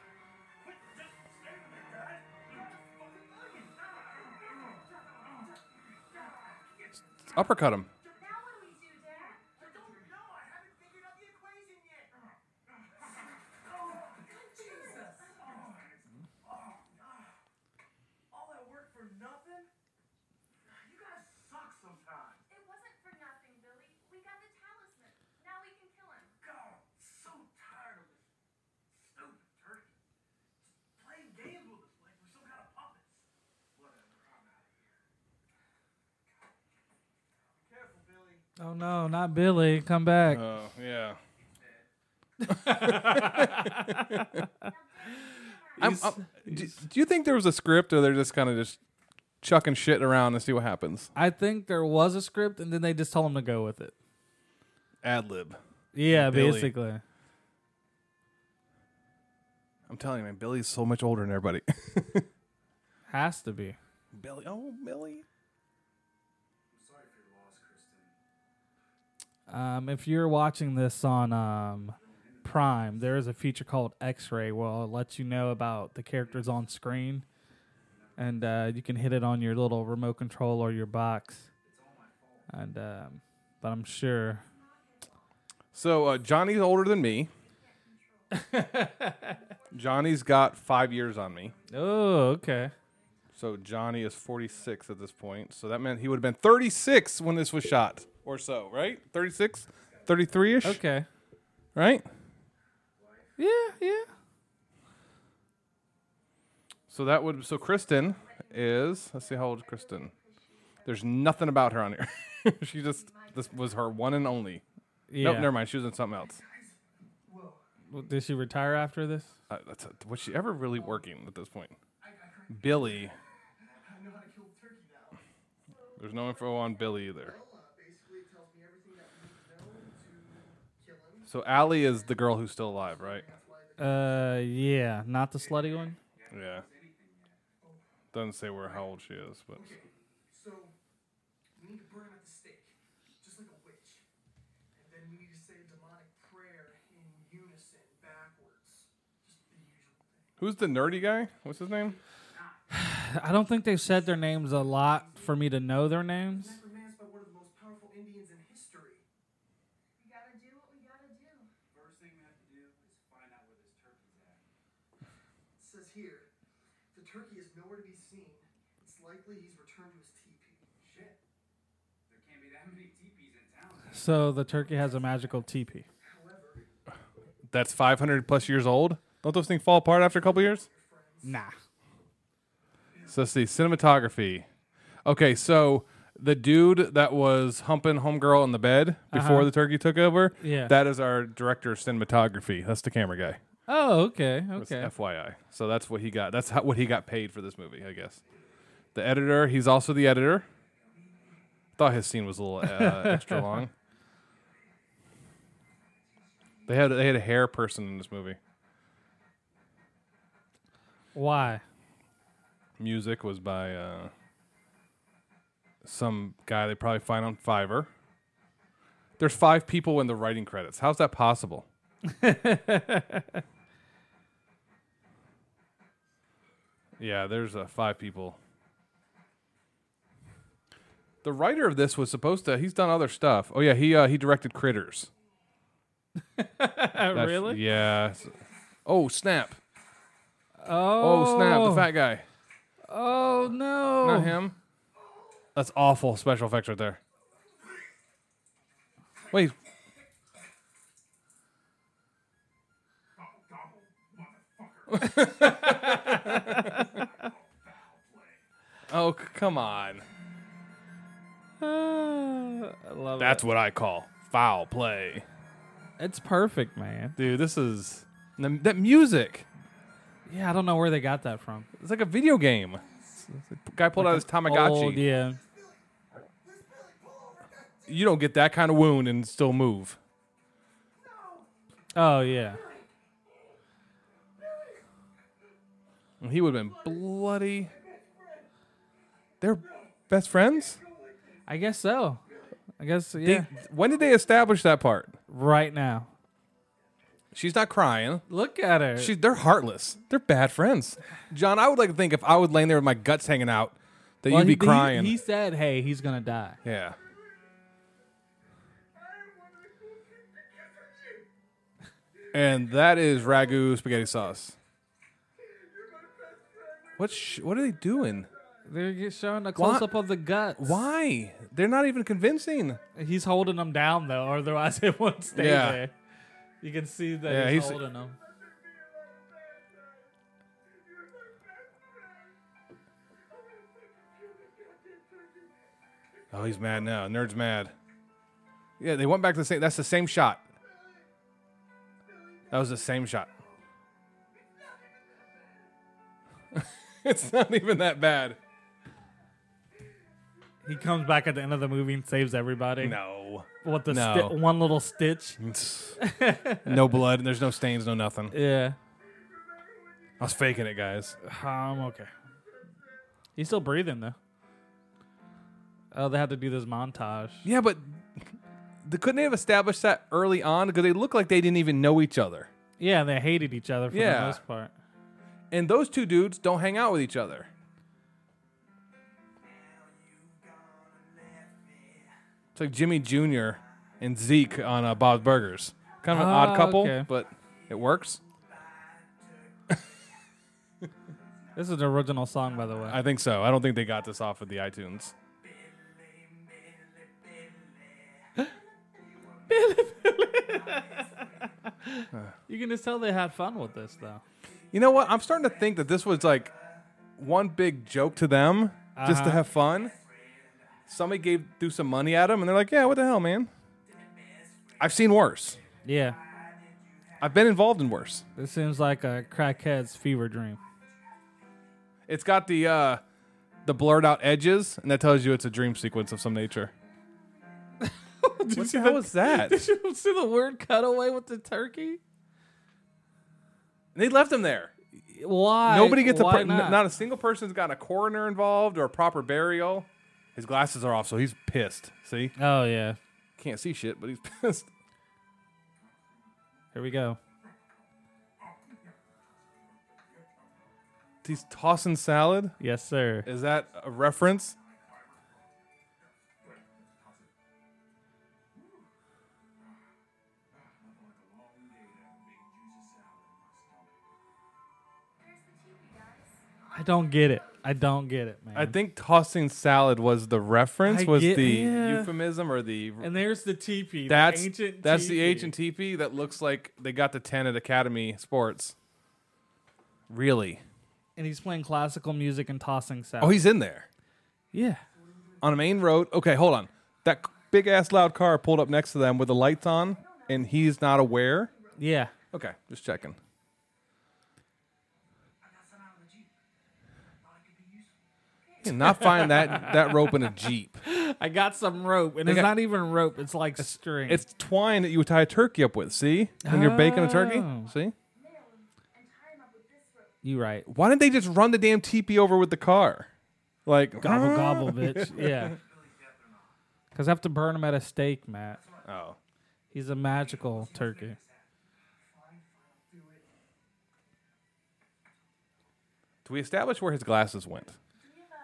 [SPEAKER 5] just standing there, guys. You're just fucking millions.
[SPEAKER 1] Uppercut him.
[SPEAKER 4] Now what do we do, Dad?
[SPEAKER 3] I don't know. I haven't figured out the equation yet. Oh, Jesus. All that work for nothing? You guys suck sometimes.
[SPEAKER 4] It wasn't for nothing, Billy. We got the talisman. Now we can kill him.
[SPEAKER 3] God, I'm so tired of this stupid turkey. Just playing games with us like we're some kind of puppets. Whatever, I'm out of here. Be careful, Billy.
[SPEAKER 2] Oh no, not Billy. Come back.
[SPEAKER 1] Oh yeah. I'm, I'm- do, do you think there was a script, or they're just kind of just chucking shit around to see what happens?
[SPEAKER 2] I think there was a script, and then they just told him to go with it.
[SPEAKER 1] Ad lib.
[SPEAKER 2] Yeah,
[SPEAKER 1] Billy.
[SPEAKER 2] basically.
[SPEAKER 1] I'm telling you, man, Billy's so much older than everybody.
[SPEAKER 2] Has to be.
[SPEAKER 1] Billy, oh Billy.
[SPEAKER 2] Um, if you're watching this on um, Prime, there is a feature called X-Ray. Well, it lets you know about the characters on screen, and uh, you can hit it on your little remote control or your box. And um, but I'm sure
[SPEAKER 1] So uh, Johnny's older than me. Johnny's got five years on me.
[SPEAKER 2] Oh, okay.
[SPEAKER 1] So Johnny is 46 at this point. So that meant he would have been 36 when this was shot, or so, right? 36, 33 ish,
[SPEAKER 2] Okay.
[SPEAKER 1] right?
[SPEAKER 2] Yeah, yeah.
[SPEAKER 1] So that would so Kristen is let's see how old is Kristen. There's nothing about her on here. she just this was her one and only.
[SPEAKER 2] Yeah.
[SPEAKER 1] Nope, never mind. She was in something else.
[SPEAKER 2] mind. Did she retire after this?
[SPEAKER 1] Uh, that's was she ever really working at this point? Billy.
[SPEAKER 3] I know how to kill turkey now.
[SPEAKER 1] There's no info on Billy either.
[SPEAKER 3] Lola basically tells me everything that we know to kill him.
[SPEAKER 1] So Allie is the girl who's still alive, right?
[SPEAKER 2] Uh, yeah, not the slutty one.
[SPEAKER 1] Yeah. Doesn't say where how old she is, but
[SPEAKER 3] So we need to burn him at the stake, just like a witch. And then we need to say a demonic prayer in unison backwards. Just the usual thing.
[SPEAKER 1] who's the nerdy guy? What's his name?
[SPEAKER 2] I don't think they've said their names a lot for me to know their names.
[SPEAKER 3] Necromanced by one of the most powerful Indians in history.
[SPEAKER 4] We gotta do what we gotta do.
[SPEAKER 5] First thing we have to do is find out where this turkey's at.
[SPEAKER 3] It says here, the turkey is nowhere to be seen. It's likely he's returned to his teepee.
[SPEAKER 5] Shit. There can't be that many teepees in town.
[SPEAKER 2] So the turkey has a magical teepee.
[SPEAKER 3] However,
[SPEAKER 1] That's 500 plus years old. Don't those things fall apart after a couple years?
[SPEAKER 2] Nah.
[SPEAKER 1] So let's see cinematography. Okay, so the dude that was humping homegirl in the bed before the turkey took over.
[SPEAKER 2] Uh-huh. Yeah.
[SPEAKER 1] that is our director of cinematography. That's the camera guy.
[SPEAKER 2] Oh, okay,
[SPEAKER 1] That's
[SPEAKER 2] okay.
[SPEAKER 1] FYI. So that's what he got. That's how, what he got paid for this movie, I guess. The editor. He's also the editor. Thought his scene was a little uh, extra long. They had they had a hair person in this movie.
[SPEAKER 2] Why?
[SPEAKER 1] Music was by uh, some guy they probably find on Fiverr. There's five people in the writing credits. How's that possible? yeah, there's uh, five people. The writer of this was supposed to. He's done other stuff. Oh yeah, he uh, he directed Critters. That's-
[SPEAKER 2] Uh, really?
[SPEAKER 1] Yeah. Oh snap!
[SPEAKER 2] Oh,
[SPEAKER 1] Oh snap! The fat guy.
[SPEAKER 2] Oh no.
[SPEAKER 1] Not him. That's awful special effects right there. Wait. oh, c- come on.
[SPEAKER 2] Ah, I love
[SPEAKER 1] That's
[SPEAKER 2] it.
[SPEAKER 1] what I call foul play.
[SPEAKER 2] It's perfect, man.
[SPEAKER 1] Dude, this is. the- That music.
[SPEAKER 2] Yeah, I don't know where they got that from.
[SPEAKER 1] It's like a video game. Guy pulled out his Tamagotchi.
[SPEAKER 2] Old, yeah.
[SPEAKER 1] You don't get that kind of wound and still move.
[SPEAKER 2] Oh yeah.
[SPEAKER 1] And He would have been bloody. They're best friends?
[SPEAKER 2] I guess so. I guess yeah.
[SPEAKER 1] They- when did they establish that part?
[SPEAKER 2] right now.
[SPEAKER 1] She's not crying.
[SPEAKER 2] Look at her.
[SPEAKER 1] She, they're heartless. They're bad friends. John, I would like to think if I was laying there with my guts hanging out, that
[SPEAKER 2] Well,
[SPEAKER 1] you'd be
[SPEAKER 2] he- he-
[SPEAKER 1] crying.
[SPEAKER 2] He, said, "Hey, he's gonna die."
[SPEAKER 1] yeah. and that is ragu spaghetti sauce. What's sh- what are they doing?
[SPEAKER 2] They're get- showing a close up of the guts.
[SPEAKER 1] Why? They're not even convincing.
[SPEAKER 2] He's holding them down though, or otherwise it wouldn't stay
[SPEAKER 1] Yeah.
[SPEAKER 2] there. You can see that
[SPEAKER 1] Yeah,
[SPEAKER 2] he's,
[SPEAKER 1] he's-
[SPEAKER 2] holding them.
[SPEAKER 1] Oh, he's mad now. Nerd's mad. Yeah, they went back to the same. That's the same shot. That was the same shot. it's not even that bad.
[SPEAKER 2] He comes back at the end of the movie and saves everybody.
[SPEAKER 1] No.
[SPEAKER 2] What the
[SPEAKER 1] No.
[SPEAKER 2] sti- one little stitch?
[SPEAKER 1] It's- no blood. There's no stains. No nothing.
[SPEAKER 2] Yeah.
[SPEAKER 1] I was faking it, guys.
[SPEAKER 2] Ah, I'm okay. He's still breathing though. Oh, they had to do this montage.
[SPEAKER 1] Yeah, but they, couldn't they have established that early on? Because they look like they didn't even know each other.
[SPEAKER 2] Yeah, and they hated each other for
[SPEAKER 1] Yeah.
[SPEAKER 2] the most part.
[SPEAKER 1] And those two dudes don't hang out with each other. It's like Jimmy Jr. and Zeke on uh, Bob's Burgers. Kind of an
[SPEAKER 2] Ah,
[SPEAKER 1] odd couple,
[SPEAKER 2] okay.
[SPEAKER 1] but it works.
[SPEAKER 2] This is an original song, by the way.
[SPEAKER 1] I think so. I don't think they got this off of the iTunes.
[SPEAKER 2] you can just tell they had fun with this though.
[SPEAKER 1] You know what? I'm starting to think that this was like one big joke to them just to
[SPEAKER 2] Uh-huh.
[SPEAKER 1] have fun. Somebody gave threw some money at them, and they're like, "Yeah, what the hell, man? I've seen worse.
[SPEAKER 2] Yeah.
[SPEAKER 1] I've been involved in worse.
[SPEAKER 2] This seems like a crackhead's fever dream.
[SPEAKER 1] It's got the uh, the blurred out edges, and that tells you it's a dream sequence of some nature. what the hell was that?
[SPEAKER 2] you see the word cutaway with the turkey?
[SPEAKER 1] they left him there.
[SPEAKER 2] Why?
[SPEAKER 1] Nobody gets a
[SPEAKER 2] Why
[SPEAKER 1] per- n-
[SPEAKER 2] not?
[SPEAKER 1] not? a single person's got a coroner involved or a proper burial. His glasses are off, so he's pissed. See,
[SPEAKER 2] oh yeah.
[SPEAKER 1] can't see shit, but he's pissed.
[SPEAKER 2] Here we go.
[SPEAKER 1] He's tossing salad.
[SPEAKER 2] Yes, sir.
[SPEAKER 1] Is that a reference?
[SPEAKER 2] I don't get it. I don't get it, man.
[SPEAKER 1] I think tossing salad was the reference.
[SPEAKER 2] I
[SPEAKER 1] was
[SPEAKER 2] get-
[SPEAKER 1] the
[SPEAKER 2] yeah.
[SPEAKER 1] euphemism or the
[SPEAKER 2] and there's the teepee.
[SPEAKER 1] that's
[SPEAKER 2] the ancient
[SPEAKER 1] that's the
[SPEAKER 2] teepee.
[SPEAKER 1] ancient teepee that looks like they got the ten at Academy Sports. Really?
[SPEAKER 2] And he's playing classical music and tossing salad.
[SPEAKER 1] Oh, he's in there
[SPEAKER 2] yeah.
[SPEAKER 1] on a main road. Okay, hold on. That big ass loud car pulled up next to them with the lights on, and he's not aware.
[SPEAKER 2] Yeah.
[SPEAKER 1] Okay, just checking. You Not find that that rope in a jeep.
[SPEAKER 2] I got some rope, and it's
[SPEAKER 1] got-
[SPEAKER 2] not even rope. It's like string.
[SPEAKER 1] It's twine that you would tie a turkey up with. See, when you're baking a turkey.
[SPEAKER 2] Oh.
[SPEAKER 1] See,
[SPEAKER 2] you right.
[SPEAKER 1] why didn't they just run the damn teepee over with the car? Like
[SPEAKER 2] Gobble
[SPEAKER 1] huh?
[SPEAKER 2] gobble, bitch. Yeah. Because I have to burn him at a stake, Matt.
[SPEAKER 1] Oh,
[SPEAKER 2] He's a magical turkey.
[SPEAKER 1] do we establish where his glasses went?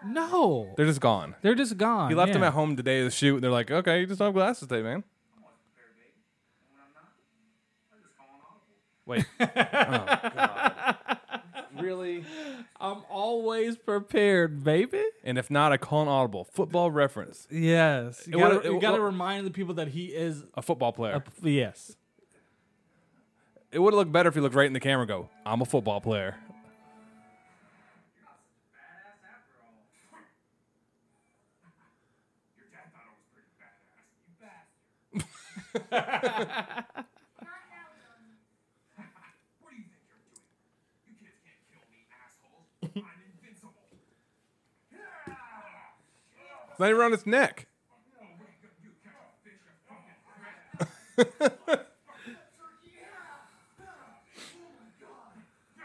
[SPEAKER 2] No,
[SPEAKER 1] They're just gone.
[SPEAKER 2] they're just gone.
[SPEAKER 1] He left
[SPEAKER 2] yeah.
[SPEAKER 1] them at home today to shoot. And they're like, okay, you just don't have glasses today, man. Wait. oh, God. Really?
[SPEAKER 2] I'm always prepared, baby.
[SPEAKER 1] And if not, I call an audible. Football reference.
[SPEAKER 2] Yes, you
[SPEAKER 1] It
[SPEAKER 2] gotta,
[SPEAKER 1] would- it
[SPEAKER 2] you gotta
[SPEAKER 1] would-
[SPEAKER 2] remind the people that he is.
[SPEAKER 1] A football player.
[SPEAKER 2] A, yes,
[SPEAKER 1] It would have looked better if he looked right in the camera and go, I'm a football player.
[SPEAKER 5] What do you think you're doing? You kids can't kill me, assholes. I'm invincible. Yeah!
[SPEAKER 1] It's not even around his neck.
[SPEAKER 5] Oh, wake up, you catch a fish, you fucking crap. Oh my god,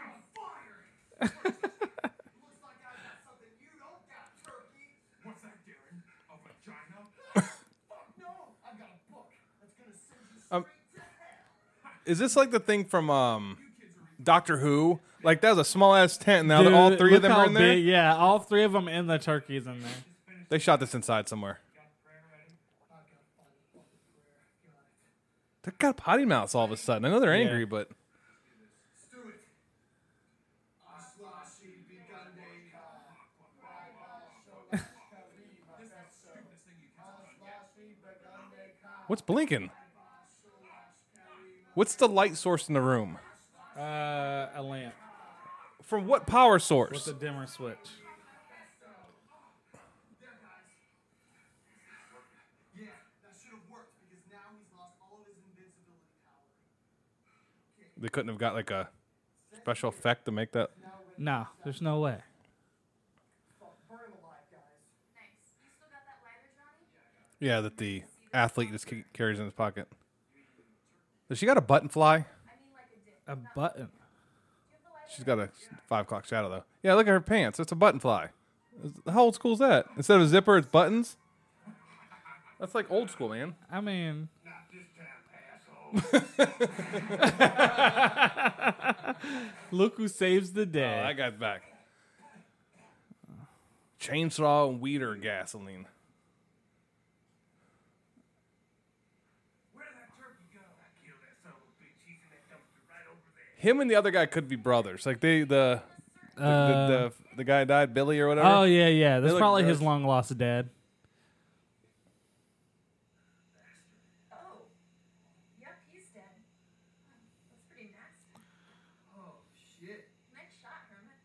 [SPEAKER 5] you're on fire!
[SPEAKER 3] Looks like I got something you don't got, turkey.
[SPEAKER 5] What's that, Darren? A vagina?
[SPEAKER 3] Fuck no, I've got a book that's gonna send you
[SPEAKER 1] Um,
[SPEAKER 3] straight to hell.
[SPEAKER 1] Is this like the thing from um, Doctor Who? Like, that was a small ass tent, and now that all
[SPEAKER 2] Dude,
[SPEAKER 1] three of
[SPEAKER 2] look
[SPEAKER 1] them
[SPEAKER 2] how
[SPEAKER 1] are in there?
[SPEAKER 2] big- yeah, all three of them and the turkeys in there.
[SPEAKER 1] They shot this inside somewhere. They got potty mouths all of a sudden. I know they're
[SPEAKER 2] Yeah.
[SPEAKER 1] angry, but what's blinking? What's the light source in the room?
[SPEAKER 2] Uh, a lamp
[SPEAKER 1] From what power
[SPEAKER 2] with
[SPEAKER 1] source?
[SPEAKER 2] a dimmer switch.
[SPEAKER 3] Yeah, that should have worked because now he's lost all of his invincibility power.
[SPEAKER 1] They couldn't have got like a special effect to make that.
[SPEAKER 2] No, there's no way.
[SPEAKER 3] Fuck, burn him alive, guys.
[SPEAKER 4] Nice. You still got that lighter, Johnny?
[SPEAKER 1] Yeah, that the athlete just ca- carries in his pocket. Does she got a button fly?
[SPEAKER 4] I mean, like a dip.
[SPEAKER 2] A button.
[SPEAKER 1] She's got a five o'clock shadow though. Yeah, look at her pants. It's a button fly. How old school's that? Instead of a zipper, it's buttons. That's like old school, man.
[SPEAKER 2] I mean,
[SPEAKER 5] Not this time, asshole.
[SPEAKER 2] look who saves the
[SPEAKER 1] Oh,
[SPEAKER 2] day.
[SPEAKER 1] that guy's back. Chainsaw and weed or gasoline.
[SPEAKER 5] Where'd that turkey go? I killed that son of a bitch. He's in that dumpster right over there.
[SPEAKER 1] Him and the other guy could be brothers. Like they the the,
[SPEAKER 2] Uh,
[SPEAKER 1] the, the, the guy died, Billy or whatever.
[SPEAKER 2] oh yeah, yeah. That's
[SPEAKER 1] look
[SPEAKER 2] probably his
[SPEAKER 1] gross.
[SPEAKER 2] long lost dad.
[SPEAKER 4] Oh. Yep, he's dead. That's pretty nasty.
[SPEAKER 5] Oh, shit.
[SPEAKER 4] Nice shot, Hermit.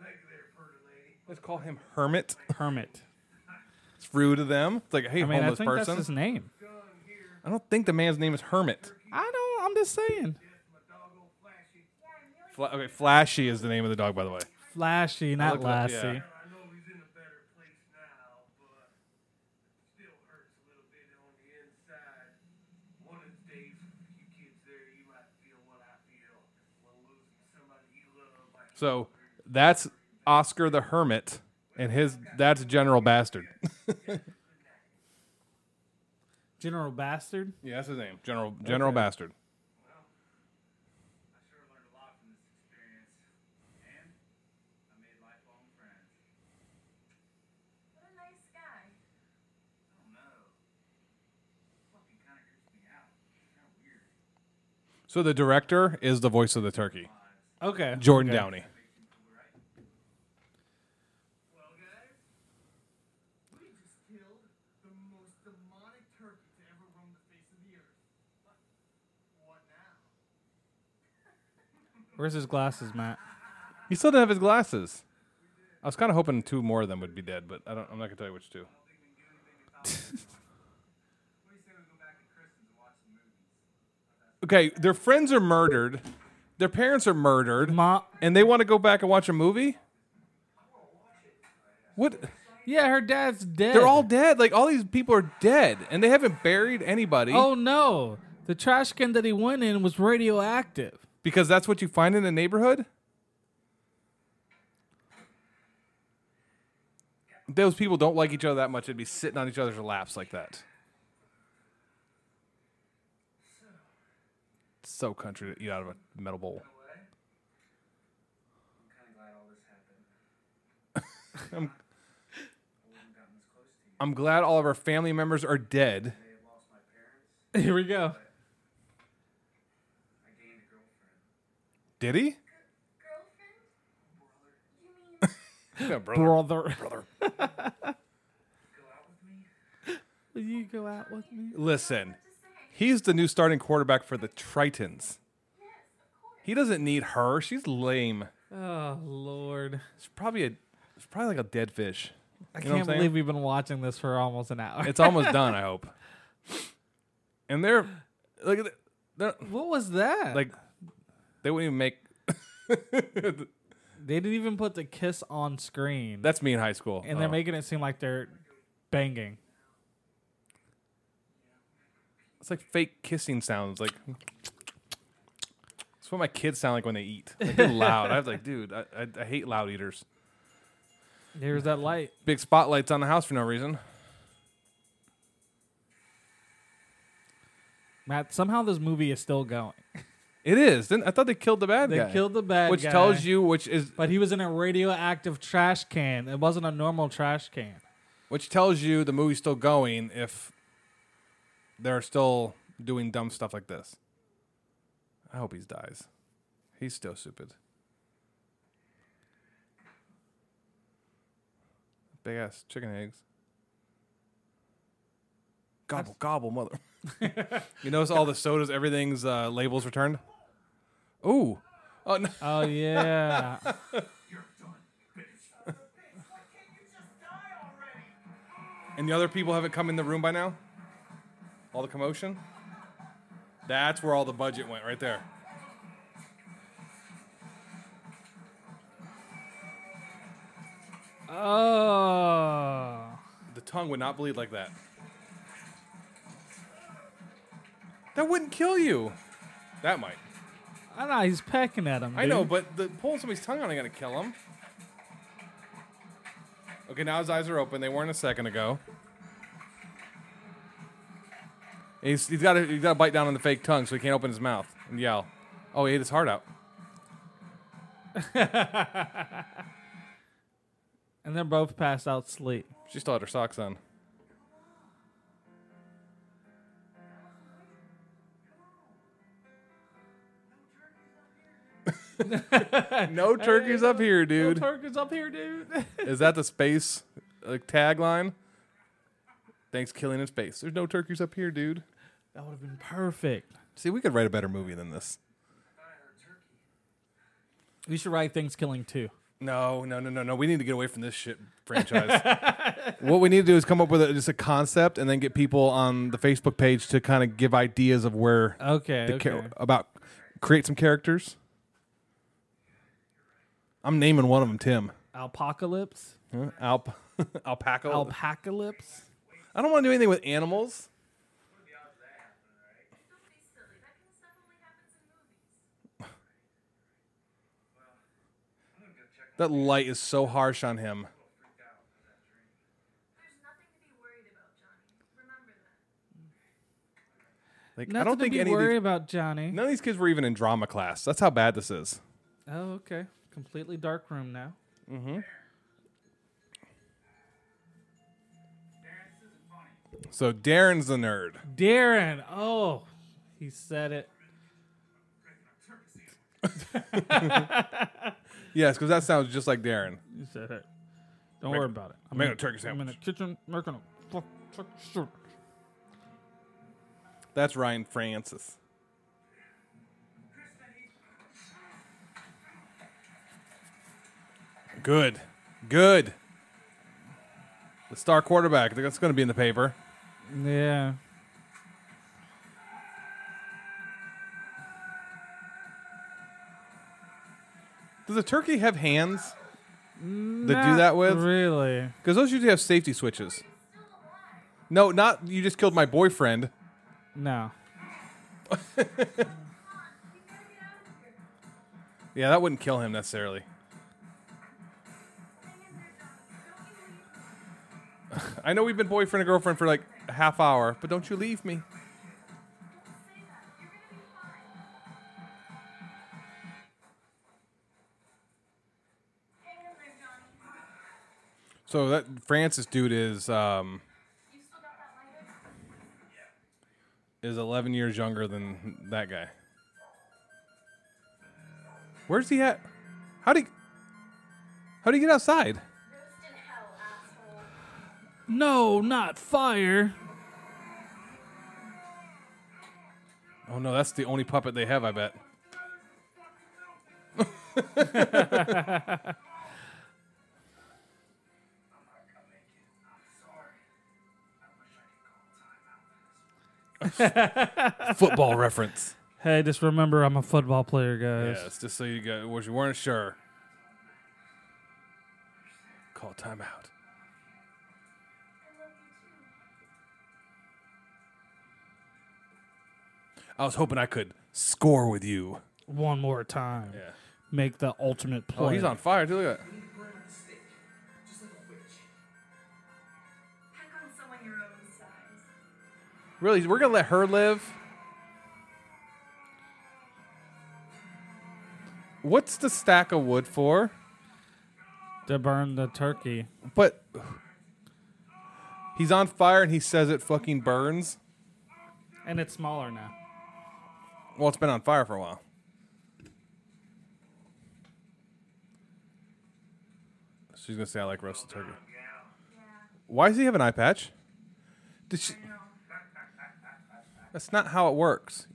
[SPEAKER 5] Thank you there, pretty lady.
[SPEAKER 1] Let's call him Hermit.
[SPEAKER 2] Hermit.
[SPEAKER 1] It's rude to them. It's like, hey,
[SPEAKER 2] I mean, I
[SPEAKER 1] homeless
[SPEAKER 2] think
[SPEAKER 1] person.
[SPEAKER 2] that's his name.
[SPEAKER 5] Gun here.
[SPEAKER 1] I don't think the man's name is Hermit.
[SPEAKER 2] I don't. I'm just saying.
[SPEAKER 5] That's my doggone flashy.
[SPEAKER 4] Yeah, I'm really
[SPEAKER 1] Fla- okay, Flashy is the name of the dog, by the way.
[SPEAKER 2] Flashy, not
[SPEAKER 1] looked it up, yeah.
[SPEAKER 2] Lassie.
[SPEAKER 5] Well, I know he's in a better place now, but it still hurts a little bit on the inside. One of the days, you kids there, you might feel what I feel when losing somebody you love. Like
[SPEAKER 1] So that's Oscar the Hermit, and his that's General Bastard.
[SPEAKER 2] General Bastard.
[SPEAKER 1] yeah, that's his name, General General Bastard.
[SPEAKER 5] I sure learned a lot from this experience, and I made lifelong friends.
[SPEAKER 4] What a nice guy.
[SPEAKER 5] I don't know. Fucking kind of creeps me out. It's kind of weird.
[SPEAKER 1] So the director is the voice of the turkey,
[SPEAKER 2] Okay.
[SPEAKER 1] Jordan
[SPEAKER 2] okay.
[SPEAKER 1] Downey.
[SPEAKER 5] Well, guys,
[SPEAKER 3] We just killed the most demonic turkey to ever roam the face of the earth. But what now?
[SPEAKER 2] Where's his glasses, Matt?
[SPEAKER 1] He still didn't have his glasses. I was kind of hoping two more of them would be dead, but I don't, I'm not gonna tell you which two.
[SPEAKER 5] I don't think we can do anything without them. What do you say we go back to Kristen's and watch some movies?
[SPEAKER 1] Okay, their friends are murdered, their parents are murdered,
[SPEAKER 2] Ma.
[SPEAKER 1] and they want to go back and watch a movie. What?
[SPEAKER 2] Yeah, her dad's dead.
[SPEAKER 1] They're all dead. Like all these people are dead, and they haven't buried anybody.
[SPEAKER 2] Oh no! The trash can that he went in was radioactive.
[SPEAKER 1] Because that's what you find in the neighborhood? Those people don't like each other that much. They'd be sitting on each other's laps like that. So country to eat out of a metal bowl.
[SPEAKER 5] I'm kind of glad all this happened.
[SPEAKER 1] I'm glad all of our family members are dead.
[SPEAKER 5] I have lost my parents.
[SPEAKER 2] Here we go.
[SPEAKER 5] I gained a girlfriend.
[SPEAKER 1] Did he?
[SPEAKER 4] Girlfriend? You mean
[SPEAKER 1] Yeah, brother.
[SPEAKER 2] Brother,
[SPEAKER 5] Go out with me?
[SPEAKER 2] will you go out with me?
[SPEAKER 1] Listen,
[SPEAKER 4] to say?
[SPEAKER 1] he's the new starting quarterback for the Tritons.
[SPEAKER 4] Yes, of course.
[SPEAKER 1] He doesn't need her. She's lame.
[SPEAKER 2] Oh Lord!
[SPEAKER 1] She's probably a, she's probably like a dead fish.
[SPEAKER 2] I
[SPEAKER 1] You know what I'm
[SPEAKER 2] can't
[SPEAKER 1] saying?
[SPEAKER 2] believe we've been watching this for almost an hour.
[SPEAKER 1] It's almost done. I hope. And they're like they're
[SPEAKER 2] what was that?
[SPEAKER 1] like they wouldn't even make.
[SPEAKER 2] they didn't even put the kiss on screen,
[SPEAKER 1] That's me in high school.
[SPEAKER 2] and they're
[SPEAKER 1] Oh.
[SPEAKER 2] making it seem like they're banging.
[SPEAKER 1] it's like fake kissing sounds. Like that's what my kids sound like when they eat. Like they're loud. I was like, dude, I, I, I hate loud eaters.
[SPEAKER 2] There's that light.
[SPEAKER 1] Big spotlights on the house for no reason.
[SPEAKER 2] Matt, somehow this movie is still going.
[SPEAKER 1] It is. Didn't, I thought they killed the bad
[SPEAKER 2] They
[SPEAKER 1] guy.
[SPEAKER 2] killed the bad
[SPEAKER 1] which
[SPEAKER 2] guy.
[SPEAKER 1] tells you, which is,
[SPEAKER 2] But he was in a radioactive trash can. It wasn't a normal trash can.
[SPEAKER 1] which tells you the movie's still going if there are still doing dumb stuff like this. I hope he dies. He's still stupid. Big ass chicken eggs. Gobble, gobble, mother. you notice all the sodas, everything's uh, labels returned? Ooh. Oh, no.
[SPEAKER 2] Oh yeah.
[SPEAKER 4] Why can't Oh, you just die already?
[SPEAKER 1] And the other people haven't come in the room by now? All the commotion? That's where all the budget went, right there.
[SPEAKER 2] oh.
[SPEAKER 1] The tongue would not bleed like that. That wouldn't kill you. That might.
[SPEAKER 2] I know he's pecking at him.
[SPEAKER 1] I know,
[SPEAKER 2] dude.
[SPEAKER 1] but the, pulling somebody's tongue out ain't gonna kill him. Okay, now his eyes are open. They weren't a second ago. He's, he's got to he's got to bite down on the fake tongue so he can't open his mouth and yell. Oh, he ate his heart out.
[SPEAKER 2] and they're both passed out sleep.
[SPEAKER 1] She still had her socks on. no turkeys up here, dude.
[SPEAKER 2] Turkey's up here, dude.
[SPEAKER 1] Is that the space like tagline? Thanks, killing in space. There's no turkeys up here, dude.
[SPEAKER 2] that would have been perfect.
[SPEAKER 1] See, we could write a better movie than this.
[SPEAKER 2] We should write things killing too.
[SPEAKER 1] No, no, no, no, no. We need to get away from this shit franchise. what we need to do is come up with a, just a concept and then get people on the Facebook page to kind of give ideas of where
[SPEAKER 2] Okay.
[SPEAKER 1] the
[SPEAKER 2] okay.
[SPEAKER 1] char- about create some characters. I'm naming one of them Tim.
[SPEAKER 2] Alpocalypse.
[SPEAKER 1] Huh? Alp alpaca.
[SPEAKER 2] Alpacalypse.
[SPEAKER 1] I don't want to do anything with animals.
[SPEAKER 4] Don't be silly. That kind of stuff only happens in movies.
[SPEAKER 1] That light is so harsh on him.
[SPEAKER 4] There's nothing to be worried about, Johnny. Remember that.
[SPEAKER 1] Like
[SPEAKER 2] Nothing
[SPEAKER 1] I don't think
[SPEAKER 2] to be
[SPEAKER 1] any of
[SPEAKER 2] worried
[SPEAKER 1] these,
[SPEAKER 2] about, Johnny.
[SPEAKER 1] none of these kids were even in drama class. That's how bad this is.
[SPEAKER 2] Oh, okay. Completely dark room now.
[SPEAKER 1] So Darren's the nerd.
[SPEAKER 2] Darren. Oh, he said it.
[SPEAKER 1] Yes, because that sounds just like Darren.
[SPEAKER 2] He said it. Don't worry about it. I'm
[SPEAKER 1] making
[SPEAKER 2] in-
[SPEAKER 1] a turkey
[SPEAKER 2] I'm in the kitchen making a fuck fuck sure.
[SPEAKER 1] That's Ryan Francis. Good. Good. The star quarterback. That's going to be in the paper.
[SPEAKER 2] Yeah.
[SPEAKER 1] Does a turkey have hands that do
[SPEAKER 2] Not
[SPEAKER 1] that with?
[SPEAKER 2] really.
[SPEAKER 1] Because those usually have safety switches. No, not you just killed my boyfriend.
[SPEAKER 2] No.
[SPEAKER 1] Yeah, that wouldn't kill him necessarily. I know we've been boyfriend and girlfriend for like a half hour, but don't you leave me.
[SPEAKER 4] Hang in there, Johnny.
[SPEAKER 1] So that Francis dude is um,
[SPEAKER 4] You still got that lighter?
[SPEAKER 1] is 11 years younger than that guy. Where's he at? How do he, how do you get outside?
[SPEAKER 4] Roast in hell, asshole.
[SPEAKER 2] No, not fire.
[SPEAKER 1] Oh no, that's the only puppet they have, I bet. Football reference.
[SPEAKER 2] Hey, just remember I'm a football player, guys.
[SPEAKER 1] Yes, just so you got what you weren't sure. Call timeout. I was hoping I could score with you.
[SPEAKER 2] One more time.
[SPEAKER 1] Yeah.
[SPEAKER 2] Make the ultimate play.
[SPEAKER 1] Oh, he's on fire too. Look at that.
[SPEAKER 4] Pack on someone your own size.
[SPEAKER 1] Really, we're gonna let her live. What's the stack of wood for?
[SPEAKER 2] to burn the turkey.
[SPEAKER 1] But he's on fire and he says it fucking burns.
[SPEAKER 2] and it's smaller now.
[SPEAKER 1] Well, it's been on fire for a while. She's gonna say I like roasted turkey.
[SPEAKER 5] gal.
[SPEAKER 1] Why does he have an eye patch? Did she? That's not how it works.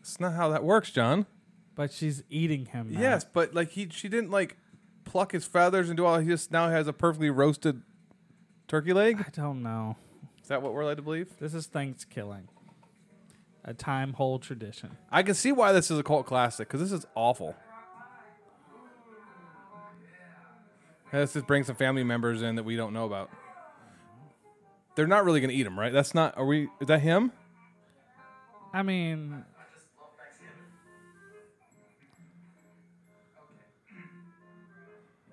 [SPEAKER 1] It's not how that works, John.
[SPEAKER 2] But she's eating him. now.
[SPEAKER 1] Yes, but like he, she didn't like pluck his feathers and do all. He just now has a perfectly roasted turkey leg.
[SPEAKER 2] I don't know.
[SPEAKER 1] Is that what we're led to believe?
[SPEAKER 2] This is Thanksgiving, a time whole tradition.
[SPEAKER 1] I can see why this is a cult classic because this is awful. And This just brings some family members in that we don't know about. They're not really gonna eat him, right? That's not. Are we? Is that him?
[SPEAKER 2] I mean,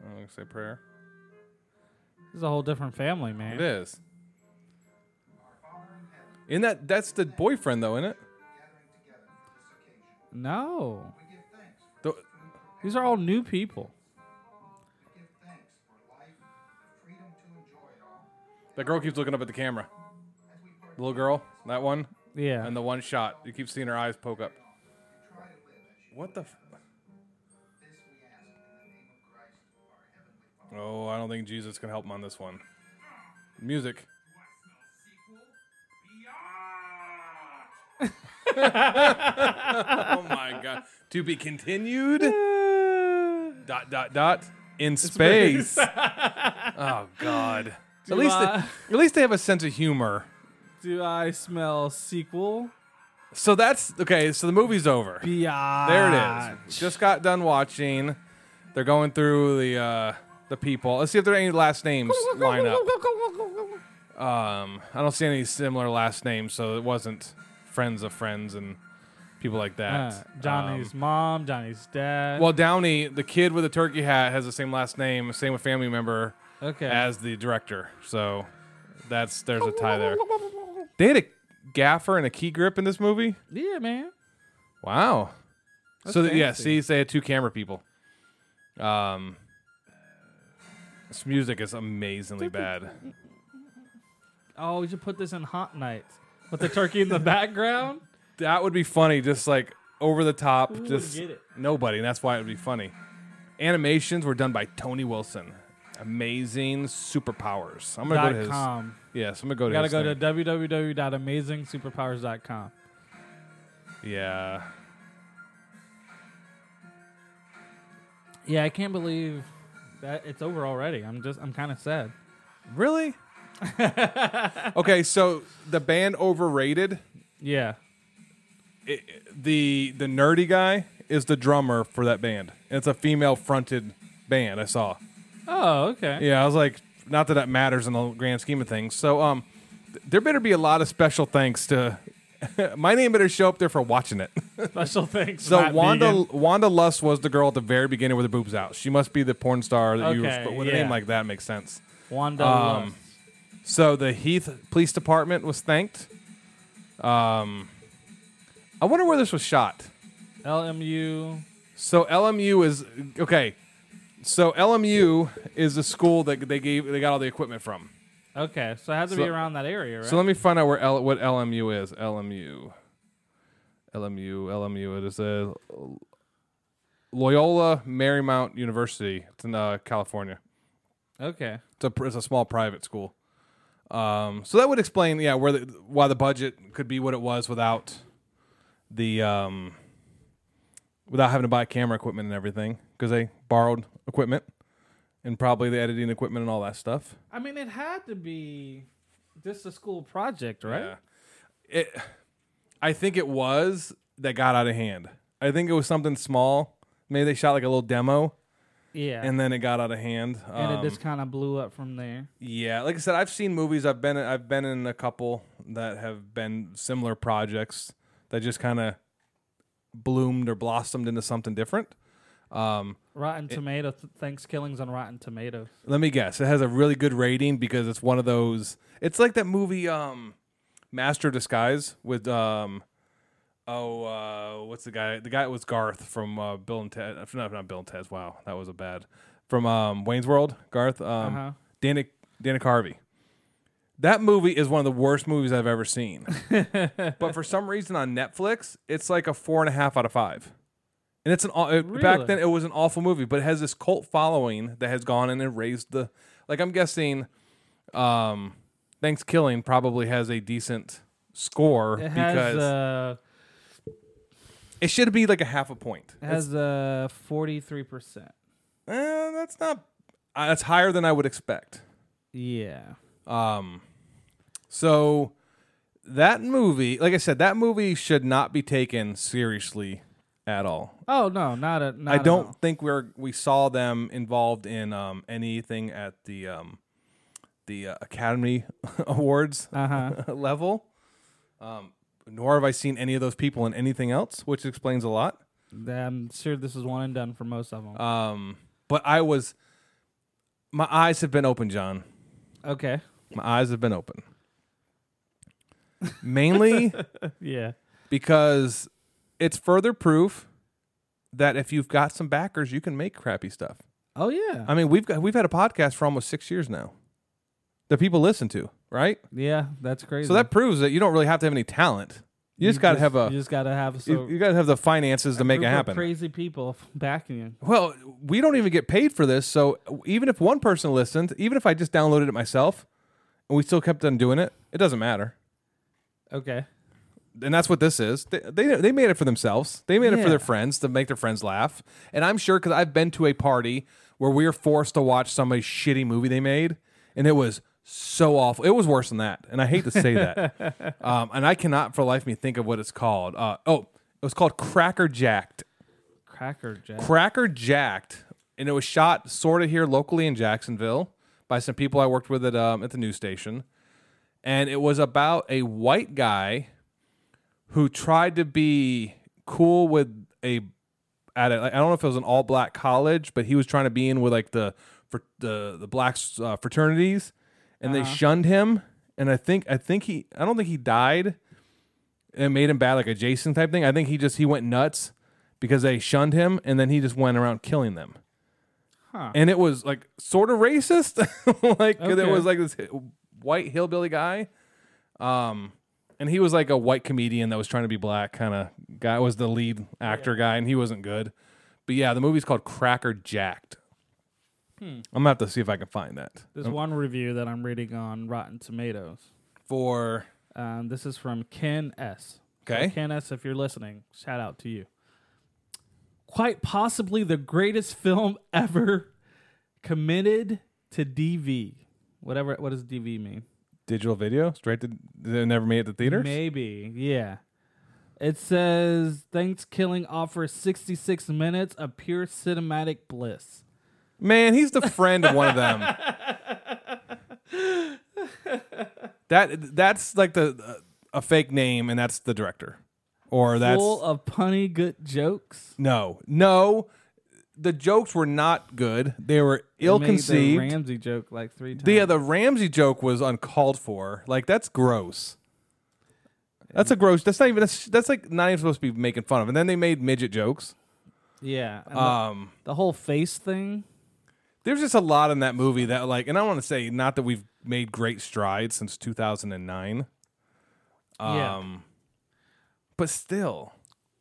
[SPEAKER 1] I'm gonna say prayer.
[SPEAKER 2] this is a whole different family, man.
[SPEAKER 1] It is. In that, that's the boyfriend though, isn't it?
[SPEAKER 2] No,
[SPEAKER 1] The,
[SPEAKER 2] these are all new people.
[SPEAKER 1] that girl keeps looking up at the camera. The little girl, that one,
[SPEAKER 2] Yeah,
[SPEAKER 1] and the one shot. You keep seeing her eyes poke up. What the? F- oh, I don't think Jesus can help him on this one. Music. oh my god. To be continued. dot dot dot. In space. oh god. At least, they,
[SPEAKER 2] I-
[SPEAKER 1] at least they have a sense of humor.
[SPEAKER 2] do I smell sequel?
[SPEAKER 1] So that's okay. So the movie's over.
[SPEAKER 2] Yeah,
[SPEAKER 1] There it is. Just got done watching. They're going through the uh, the people. Let's see if there are any last names line up. Um, I don't see any similar last names, so it wasn't friends of friends and people like that.
[SPEAKER 2] Uh, Johnny's
[SPEAKER 1] Um,
[SPEAKER 2] mom, Johnny's dad.
[SPEAKER 1] well, Downey, the kid with the turkey hat, has the same last name, same family member
[SPEAKER 2] okay.
[SPEAKER 1] as the director. So that's there's a tie there. They had a gaffer and a key grip in this movie.
[SPEAKER 2] yeah, man.
[SPEAKER 1] Wow.
[SPEAKER 2] That's
[SPEAKER 1] so th- yeah,
[SPEAKER 2] fancy.
[SPEAKER 1] see, they had two camera people. Um, this music is amazingly bad.
[SPEAKER 2] Oh, we should put this in Hot Nights with the turkey in the background.
[SPEAKER 1] That would be funny, just like over the top,
[SPEAKER 2] would
[SPEAKER 1] just
[SPEAKER 2] get it?
[SPEAKER 1] nobody. And that's why it would be funny. Animations were done by Tony Wilson. Amazing superpowers. I'm gonna go to
[SPEAKER 2] Dot
[SPEAKER 1] his.
[SPEAKER 2] com.
[SPEAKER 1] Yes, I'm gonna go to.
[SPEAKER 2] You gotta
[SPEAKER 1] his
[SPEAKER 2] go
[SPEAKER 1] thing.
[SPEAKER 2] to www.amazingsuperpowers.com.
[SPEAKER 1] Yeah.
[SPEAKER 2] Yeah, I can't believe that it's over already. I'm just, I'm kind of sad.
[SPEAKER 1] Really? okay, so the band overrated.
[SPEAKER 2] Yeah.
[SPEAKER 1] it, the the nerdy guy is the drummer for that band. And it's a female fronted band. I saw.
[SPEAKER 2] Oh, okay.
[SPEAKER 1] Yeah, I was like, not that that matters in the grand scheme of things. So, um, th- there better be a lot of special thanks to my name. Better show up there for watching it.
[SPEAKER 2] Special thanks.
[SPEAKER 1] So
[SPEAKER 2] Matt
[SPEAKER 1] Wanda
[SPEAKER 2] Deegan.
[SPEAKER 1] Wanda Lust was the girl at the very beginning with the boobs out. She must be the porn star that you.
[SPEAKER 2] Okay,
[SPEAKER 1] But with a
[SPEAKER 2] yeah.
[SPEAKER 1] name like that makes sense.
[SPEAKER 2] Wanda.
[SPEAKER 1] Um,
[SPEAKER 2] Lust.
[SPEAKER 1] So the Heath Police Department was thanked. Um, I wonder where this was shot.
[SPEAKER 2] LMU.
[SPEAKER 1] So LMU is okay. So LMU is the school that they gave they got all the equipment from.
[SPEAKER 2] Okay, so it has to
[SPEAKER 1] So-
[SPEAKER 2] be around that area, right?
[SPEAKER 1] So let me find out where L, what LMU is. LMU, LMU, LMU. It is a Loyola Marymount University. It's in uh, California.
[SPEAKER 2] okay.
[SPEAKER 1] It's a pr- it's a small private school. Um, so that would explain yeah where the, why the budget could be what it was without the um, without having to buy camera equipment and everything because they borrowed equipment and probably the editing equipment and all that stuff.
[SPEAKER 2] I mean, it had to be just a school project, right?
[SPEAKER 1] Yeah. It, I think it was that got out of hand. I think it was something small. Maybe they shot like a little demo
[SPEAKER 2] Yeah.
[SPEAKER 1] and then it got out of hand.
[SPEAKER 2] and
[SPEAKER 1] Um,
[SPEAKER 2] it just kind of blew up from there.
[SPEAKER 1] Yeah, like I said, I've seen movies. I've been I've been in a couple that have been similar projects that just kind of bloomed or blossomed into something different. Um,
[SPEAKER 2] Rotten Tomato th- thanks killings on Rotten Tomatoes.
[SPEAKER 1] let me guess. It has a really good rating because it's one of those. It's like that movie, um, Master of Disguise with um, oh, uh, what's the guy? The guy was Garth from uh, Bill and Ted. No, not Bill and Ted's. Wow, that was a bad. From um, Wayne's World, Garth. Um,
[SPEAKER 2] Uh-huh.
[SPEAKER 1] Dana Dana Carvey. That movie is one of the worst movies I've ever seen. but for some reason on Netflix, it's like a four and a half out of five. And it's an aw- it- back
[SPEAKER 2] Really?
[SPEAKER 1] then it was an awful movie, but it has this cult following that has gone in and raised the like. I'm guessing, um, Thanksgiving probably has a decent score
[SPEAKER 2] It has
[SPEAKER 1] because
[SPEAKER 2] uh,
[SPEAKER 1] it should be like a half a point.
[SPEAKER 2] it has uh forty three percent.
[SPEAKER 1] Eh, that's not uh, that's higher than I would expect.
[SPEAKER 2] Yeah.
[SPEAKER 1] Um, so that movie, like I said, that movie should not be taken seriously at all.
[SPEAKER 2] Oh no, not a. Not
[SPEAKER 1] I
[SPEAKER 2] at
[SPEAKER 1] don't
[SPEAKER 2] all.
[SPEAKER 1] think we're we saw them involved in um, anything at the um, the uh, Academy Awards
[SPEAKER 2] Uh-huh.
[SPEAKER 1] level. Um, nor have I seen any of those people in anything else, which explains a lot.
[SPEAKER 2] I'm sure this is one and done for most of them.
[SPEAKER 1] Um, but I was, my eyes have been open, John.
[SPEAKER 2] Uh, okay.
[SPEAKER 1] My eyes have been open. Mainly
[SPEAKER 2] Yeah.
[SPEAKER 1] because it's further proof that if you've got some backers, you can make crappy stuff.
[SPEAKER 2] Oh yeah.
[SPEAKER 1] I mean, we've got we've had a podcast for almost six years now that people listen to, right?
[SPEAKER 2] yeah, that's crazy.
[SPEAKER 1] So that proves that you don't really have to have any talent. You just got to have a
[SPEAKER 2] You just gotta have so
[SPEAKER 1] you, you got to have the finances to make it
[SPEAKER 2] group of
[SPEAKER 1] happen.
[SPEAKER 2] Crazy people backing you.
[SPEAKER 1] Well, we don't even get paid for this. So even if one person listened, even if I just downloaded it myself, and we still kept on doing it, it doesn't matter.
[SPEAKER 2] Okay.
[SPEAKER 1] and that's what this is. They they, they made it for themselves. They made it for
[SPEAKER 2] Yeah.
[SPEAKER 1] their friends to make their friends laugh. And I'm sure because I've been to a party where we were forced to watch somebody's shitty movie they made, and it was so awful. It was worse than that, and I hate to say that. um, and I cannot for the life of me think of what it's called. Uh, oh, it was called Cracker Jacked.
[SPEAKER 2] Cracker Jack.
[SPEAKER 1] Cracker Jacked, and it was shot sort of here locally in Jacksonville by some people I worked with at um, at the news station, and it was about a white guy who tried to be cool with a at a, I don't know if it was an all black college, but he was trying to be in with like the for the the black uh, fraternities, and
[SPEAKER 2] Uh-huh.
[SPEAKER 1] they shunned him. And I think I think he I don't think he died. It made him bad, like a Jason type thing. I think he just he went nuts because they shunned him, and then he just went around killing them.
[SPEAKER 2] Huh.
[SPEAKER 1] And it was like sort of racist, like 'cause it
[SPEAKER 2] Okay.
[SPEAKER 1] was like this hi- white hillbilly guy, um, and he was like a white comedian that was trying to be black kind of guy. Was the lead actor guy, and he wasn't good. But yeah, the movie's called Cracker Jacked.
[SPEAKER 2] Hmm.
[SPEAKER 1] I'm gonna have to see if I can find that Um,
[SPEAKER 2] There's one review that I'm reading on Rotten Tomatoes.
[SPEAKER 1] for
[SPEAKER 2] Um, this is from Ken S. So
[SPEAKER 1] Okay.
[SPEAKER 2] Ken S, if you're listening, shout out to you. Quite possibly the greatest film ever committed to DV. Whatever, what does DV mean?
[SPEAKER 1] digital video straight to. They never made it to theaters.
[SPEAKER 2] Maybe, yeah. It says Thanksgiving offers 66 minutes of pure cinematic bliss.
[SPEAKER 1] Man, he's the friend of one of them. that that's like the a fake name, and that's the director, or that's
[SPEAKER 2] Full of punny good jokes.
[SPEAKER 1] no, no. The jokes were not good. They were ill
[SPEAKER 2] Made the
[SPEAKER 1] conceived.
[SPEAKER 2] Ramsey joke like three times.
[SPEAKER 1] The yeah, the Ramsey joke was uncalled for. Like that's gross. That's a gross. That's not even. That's, that's like not even supposed to be making fun of. And then they made midget jokes.
[SPEAKER 2] yeah. and the-
[SPEAKER 1] Um,
[SPEAKER 2] the whole face thing.
[SPEAKER 1] there's just a lot in that movie that like and i want to say not that we've made great strides since 2009 um
[SPEAKER 2] Yeah.
[SPEAKER 1] but still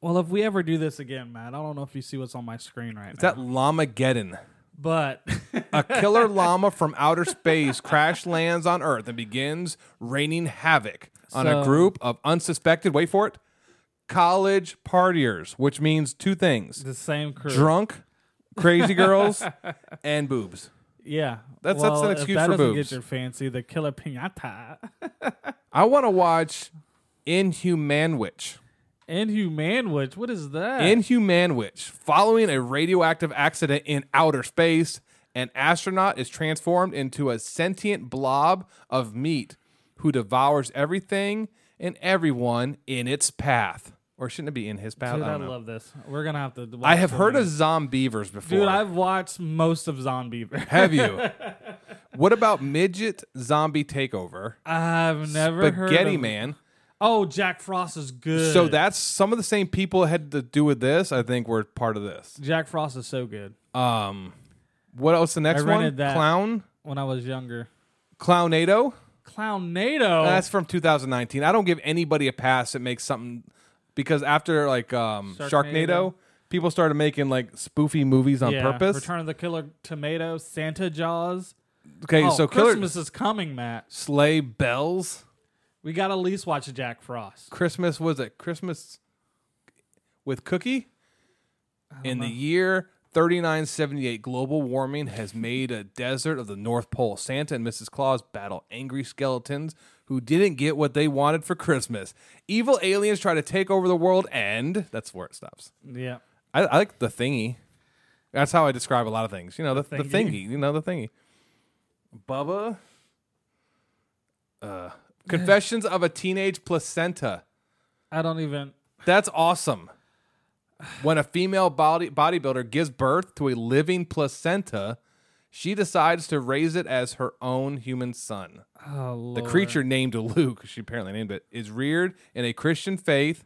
[SPEAKER 2] Well, if we ever do this again, Matt, I don't know if you see what's on my screen right
[SPEAKER 1] it's
[SPEAKER 2] now.
[SPEAKER 1] that llama geddon
[SPEAKER 2] but
[SPEAKER 1] a killer llama from outer space crash lands on earth and begins raining havoc on a
[SPEAKER 2] So-
[SPEAKER 1] group of unsuspected wait for it college partiers which means two things
[SPEAKER 2] the same crew.
[SPEAKER 1] drunk crazy girls and boobs
[SPEAKER 2] yeah.
[SPEAKER 1] That's- that's
[SPEAKER 2] well,
[SPEAKER 1] an
[SPEAKER 2] if
[SPEAKER 1] excuse
[SPEAKER 2] that
[SPEAKER 1] for
[SPEAKER 2] doesn't
[SPEAKER 1] boobs.
[SPEAKER 2] Get your fancy. The killer pinata
[SPEAKER 1] i want to watch inhumanwich
[SPEAKER 2] Inhumanwich. What is that?
[SPEAKER 1] Inhuman Witch. Following a radioactive accident in outer space, an astronaut is transformed into a sentient blob of meat who devours everything and everyone in its path. Or shouldn't it be in his path?
[SPEAKER 2] Dude,
[SPEAKER 1] I,
[SPEAKER 2] I,
[SPEAKER 1] don't know.
[SPEAKER 2] love this. We're gonna have to. watch
[SPEAKER 1] I have
[SPEAKER 2] it
[SPEAKER 1] heard
[SPEAKER 2] again.
[SPEAKER 1] of zombievers before.
[SPEAKER 2] Dude, I've watched most of Zombiever.
[SPEAKER 1] Have you? what about midget zombie takeover?
[SPEAKER 2] I've never heard.
[SPEAKER 1] Spaghetti
[SPEAKER 2] of-
[SPEAKER 1] Man.
[SPEAKER 2] Oh, Jack Frost is good.
[SPEAKER 1] So that's some of the same people had to do with this. I think were part of this.
[SPEAKER 2] Jack Frost is so good.
[SPEAKER 1] Um, what else? The next one,
[SPEAKER 2] rented that.
[SPEAKER 1] clown.
[SPEAKER 2] When I was younger,
[SPEAKER 1] Clownado.
[SPEAKER 2] Clown NATO.
[SPEAKER 1] That's from 2019. I don't give anybody a pass that makes something because after like um, Sharknado,
[SPEAKER 2] Sharknado.
[SPEAKER 1] people started making like spoofy movies on
[SPEAKER 2] Yeah,
[SPEAKER 1] purpose.
[SPEAKER 2] Return of the Killer Tomato, Santa Jaws.
[SPEAKER 1] okay,
[SPEAKER 2] oh,
[SPEAKER 1] so Killer
[SPEAKER 2] Christmas is coming, Matt.
[SPEAKER 1] Sleigh Bells.
[SPEAKER 2] We got to at least watch Jack Frost.
[SPEAKER 1] Christmas was it Christmas with Cookie? In the
[SPEAKER 2] know.
[SPEAKER 1] year 3978, global warming has made a desert of the North Pole. Santa and Mrs. Claus battle angry skeletons who didn't get what they wanted for Christmas. Evil aliens try to take over the world, and that's where it stops.
[SPEAKER 2] Yeah.
[SPEAKER 1] I, I like the thingy. That's how I describe a lot of things. You know, the, the, thingy.
[SPEAKER 2] thingy.
[SPEAKER 1] You know, the thingy. Bubba. Uh, Confessions of a Teenage Placenta.
[SPEAKER 2] I don't even.
[SPEAKER 1] That's awesome. When a female body bodybuilder gives birth to a living placenta, she decides to raise it as her own human son.
[SPEAKER 2] Oh, Lord.
[SPEAKER 1] The creature named Luke, she apparently named it, is reared in a Christian faith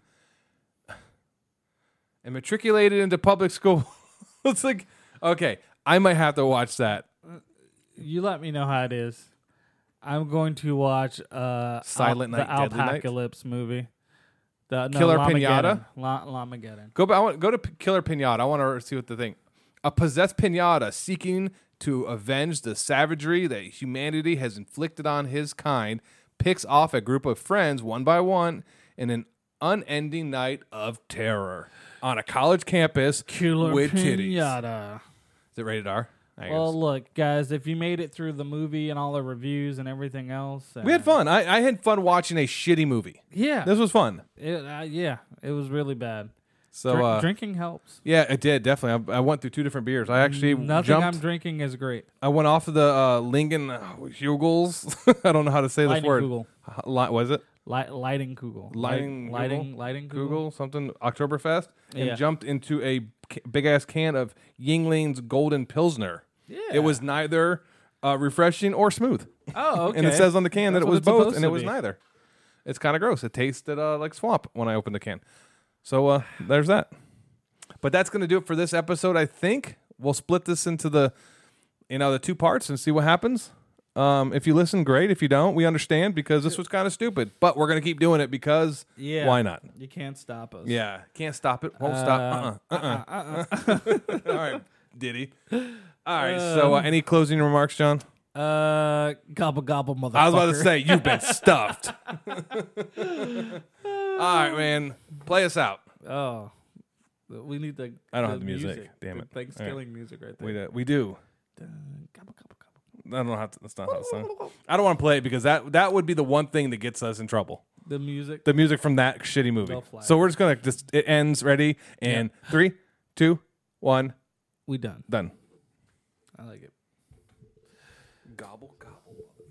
[SPEAKER 1] and matriculated into public school. it's like, okay, I might have to watch that.
[SPEAKER 2] You let me know how it is. I'm going to watch uh,
[SPEAKER 1] Silent
[SPEAKER 2] Al-
[SPEAKER 1] Night, Deadly
[SPEAKER 2] the
[SPEAKER 1] Night?
[SPEAKER 2] Apocalypse movie. The, no,
[SPEAKER 1] Killer
[SPEAKER 2] Lamageddon.
[SPEAKER 1] Pinata?
[SPEAKER 2] La- Lamageddon.
[SPEAKER 1] Go, ba- I want go to P- Killer Pinata. I want to see what the thing. A possessed pinata seeking to avenge the savagery that humanity has inflicted on his kind picks off a group of friends one by one in an unending night of terror on a college campus
[SPEAKER 2] Killer
[SPEAKER 1] with titties.
[SPEAKER 2] Pinata.
[SPEAKER 1] Is it rated R? I guess.
[SPEAKER 2] Well, look, guys, if you made it through the movie and all the reviews and everything else,
[SPEAKER 1] we had
[SPEAKER 2] uh,
[SPEAKER 1] fun. I, I had fun watching a shitty movie.
[SPEAKER 2] Yeah,
[SPEAKER 1] This was fun.
[SPEAKER 2] it, uh, yeah, it was really bad.
[SPEAKER 1] So
[SPEAKER 2] Drink-
[SPEAKER 1] uh,
[SPEAKER 2] drinking helps.
[SPEAKER 1] yeah, it did definitely. I, I went through two different beers. I actually
[SPEAKER 2] Nothing
[SPEAKER 1] jumped.
[SPEAKER 2] I'm drinking is great.
[SPEAKER 1] I went off of the uh, Lingen uh, Hugels. I don't know how to say this
[SPEAKER 2] Lightning
[SPEAKER 1] word.
[SPEAKER 2] Kugel.
[SPEAKER 1] H- Li- was it
[SPEAKER 2] Light, lighting Google.
[SPEAKER 1] Lighting
[SPEAKER 2] lighting,
[SPEAKER 1] Google?
[SPEAKER 2] lighting Google.
[SPEAKER 1] Google something Oktoberfest and
[SPEAKER 2] Yeah.
[SPEAKER 1] jumped into a big ass can of Yingling's Golden Pilsner. Yeah, it was neither uh, refreshing or smooth,
[SPEAKER 2] Oh, okay.
[SPEAKER 1] and it says on the can that
[SPEAKER 2] That's
[SPEAKER 1] it
[SPEAKER 2] what
[SPEAKER 1] was
[SPEAKER 2] it's
[SPEAKER 1] both,
[SPEAKER 2] supposed
[SPEAKER 1] and it
[SPEAKER 2] to
[SPEAKER 1] was
[SPEAKER 2] be.
[SPEAKER 1] neither. It's kind of gross. It tasted uh, like swamp when I opened the can. So uh, there's that. But that's gonna do it for this episode. I think we'll split this into the you know the two parts and see what happens. Um, if you listen, great. If you don't, we understand because this was kind of stupid. But we're gonna keep doing it because
[SPEAKER 2] Yeah.
[SPEAKER 1] why not?
[SPEAKER 2] You can't stop us.
[SPEAKER 1] Yeah, can't stop it. Won't stop.
[SPEAKER 2] Uh,
[SPEAKER 1] Uh-uh. Uh-uh.
[SPEAKER 2] uh-uh.
[SPEAKER 1] All right, Diddy. All right. so,
[SPEAKER 2] Um,
[SPEAKER 1] uh, any closing remarks, John?
[SPEAKER 2] Uh, gobble gobble, motherfucker.
[SPEAKER 1] I was about to say you've been stuffed. All right, man. Play us out.
[SPEAKER 2] Oh, we need the.
[SPEAKER 1] I don't have the music. Damn
[SPEAKER 2] the
[SPEAKER 1] it. All
[SPEAKER 2] Thanksgiving music right there.
[SPEAKER 1] We do. We do.
[SPEAKER 2] Dun, gobble gobble gobble.
[SPEAKER 1] I don't know how to, that's not how it's done. I don't want to play it because that that would be the one thing that gets us in trouble.
[SPEAKER 2] The music.
[SPEAKER 1] The music from that shitty movie.
[SPEAKER 2] They'll flag
[SPEAKER 1] So we're just gonna just it ends ready and three, two, one,
[SPEAKER 2] we done.
[SPEAKER 1] done.
[SPEAKER 2] I like it.
[SPEAKER 1] Gobble gobble.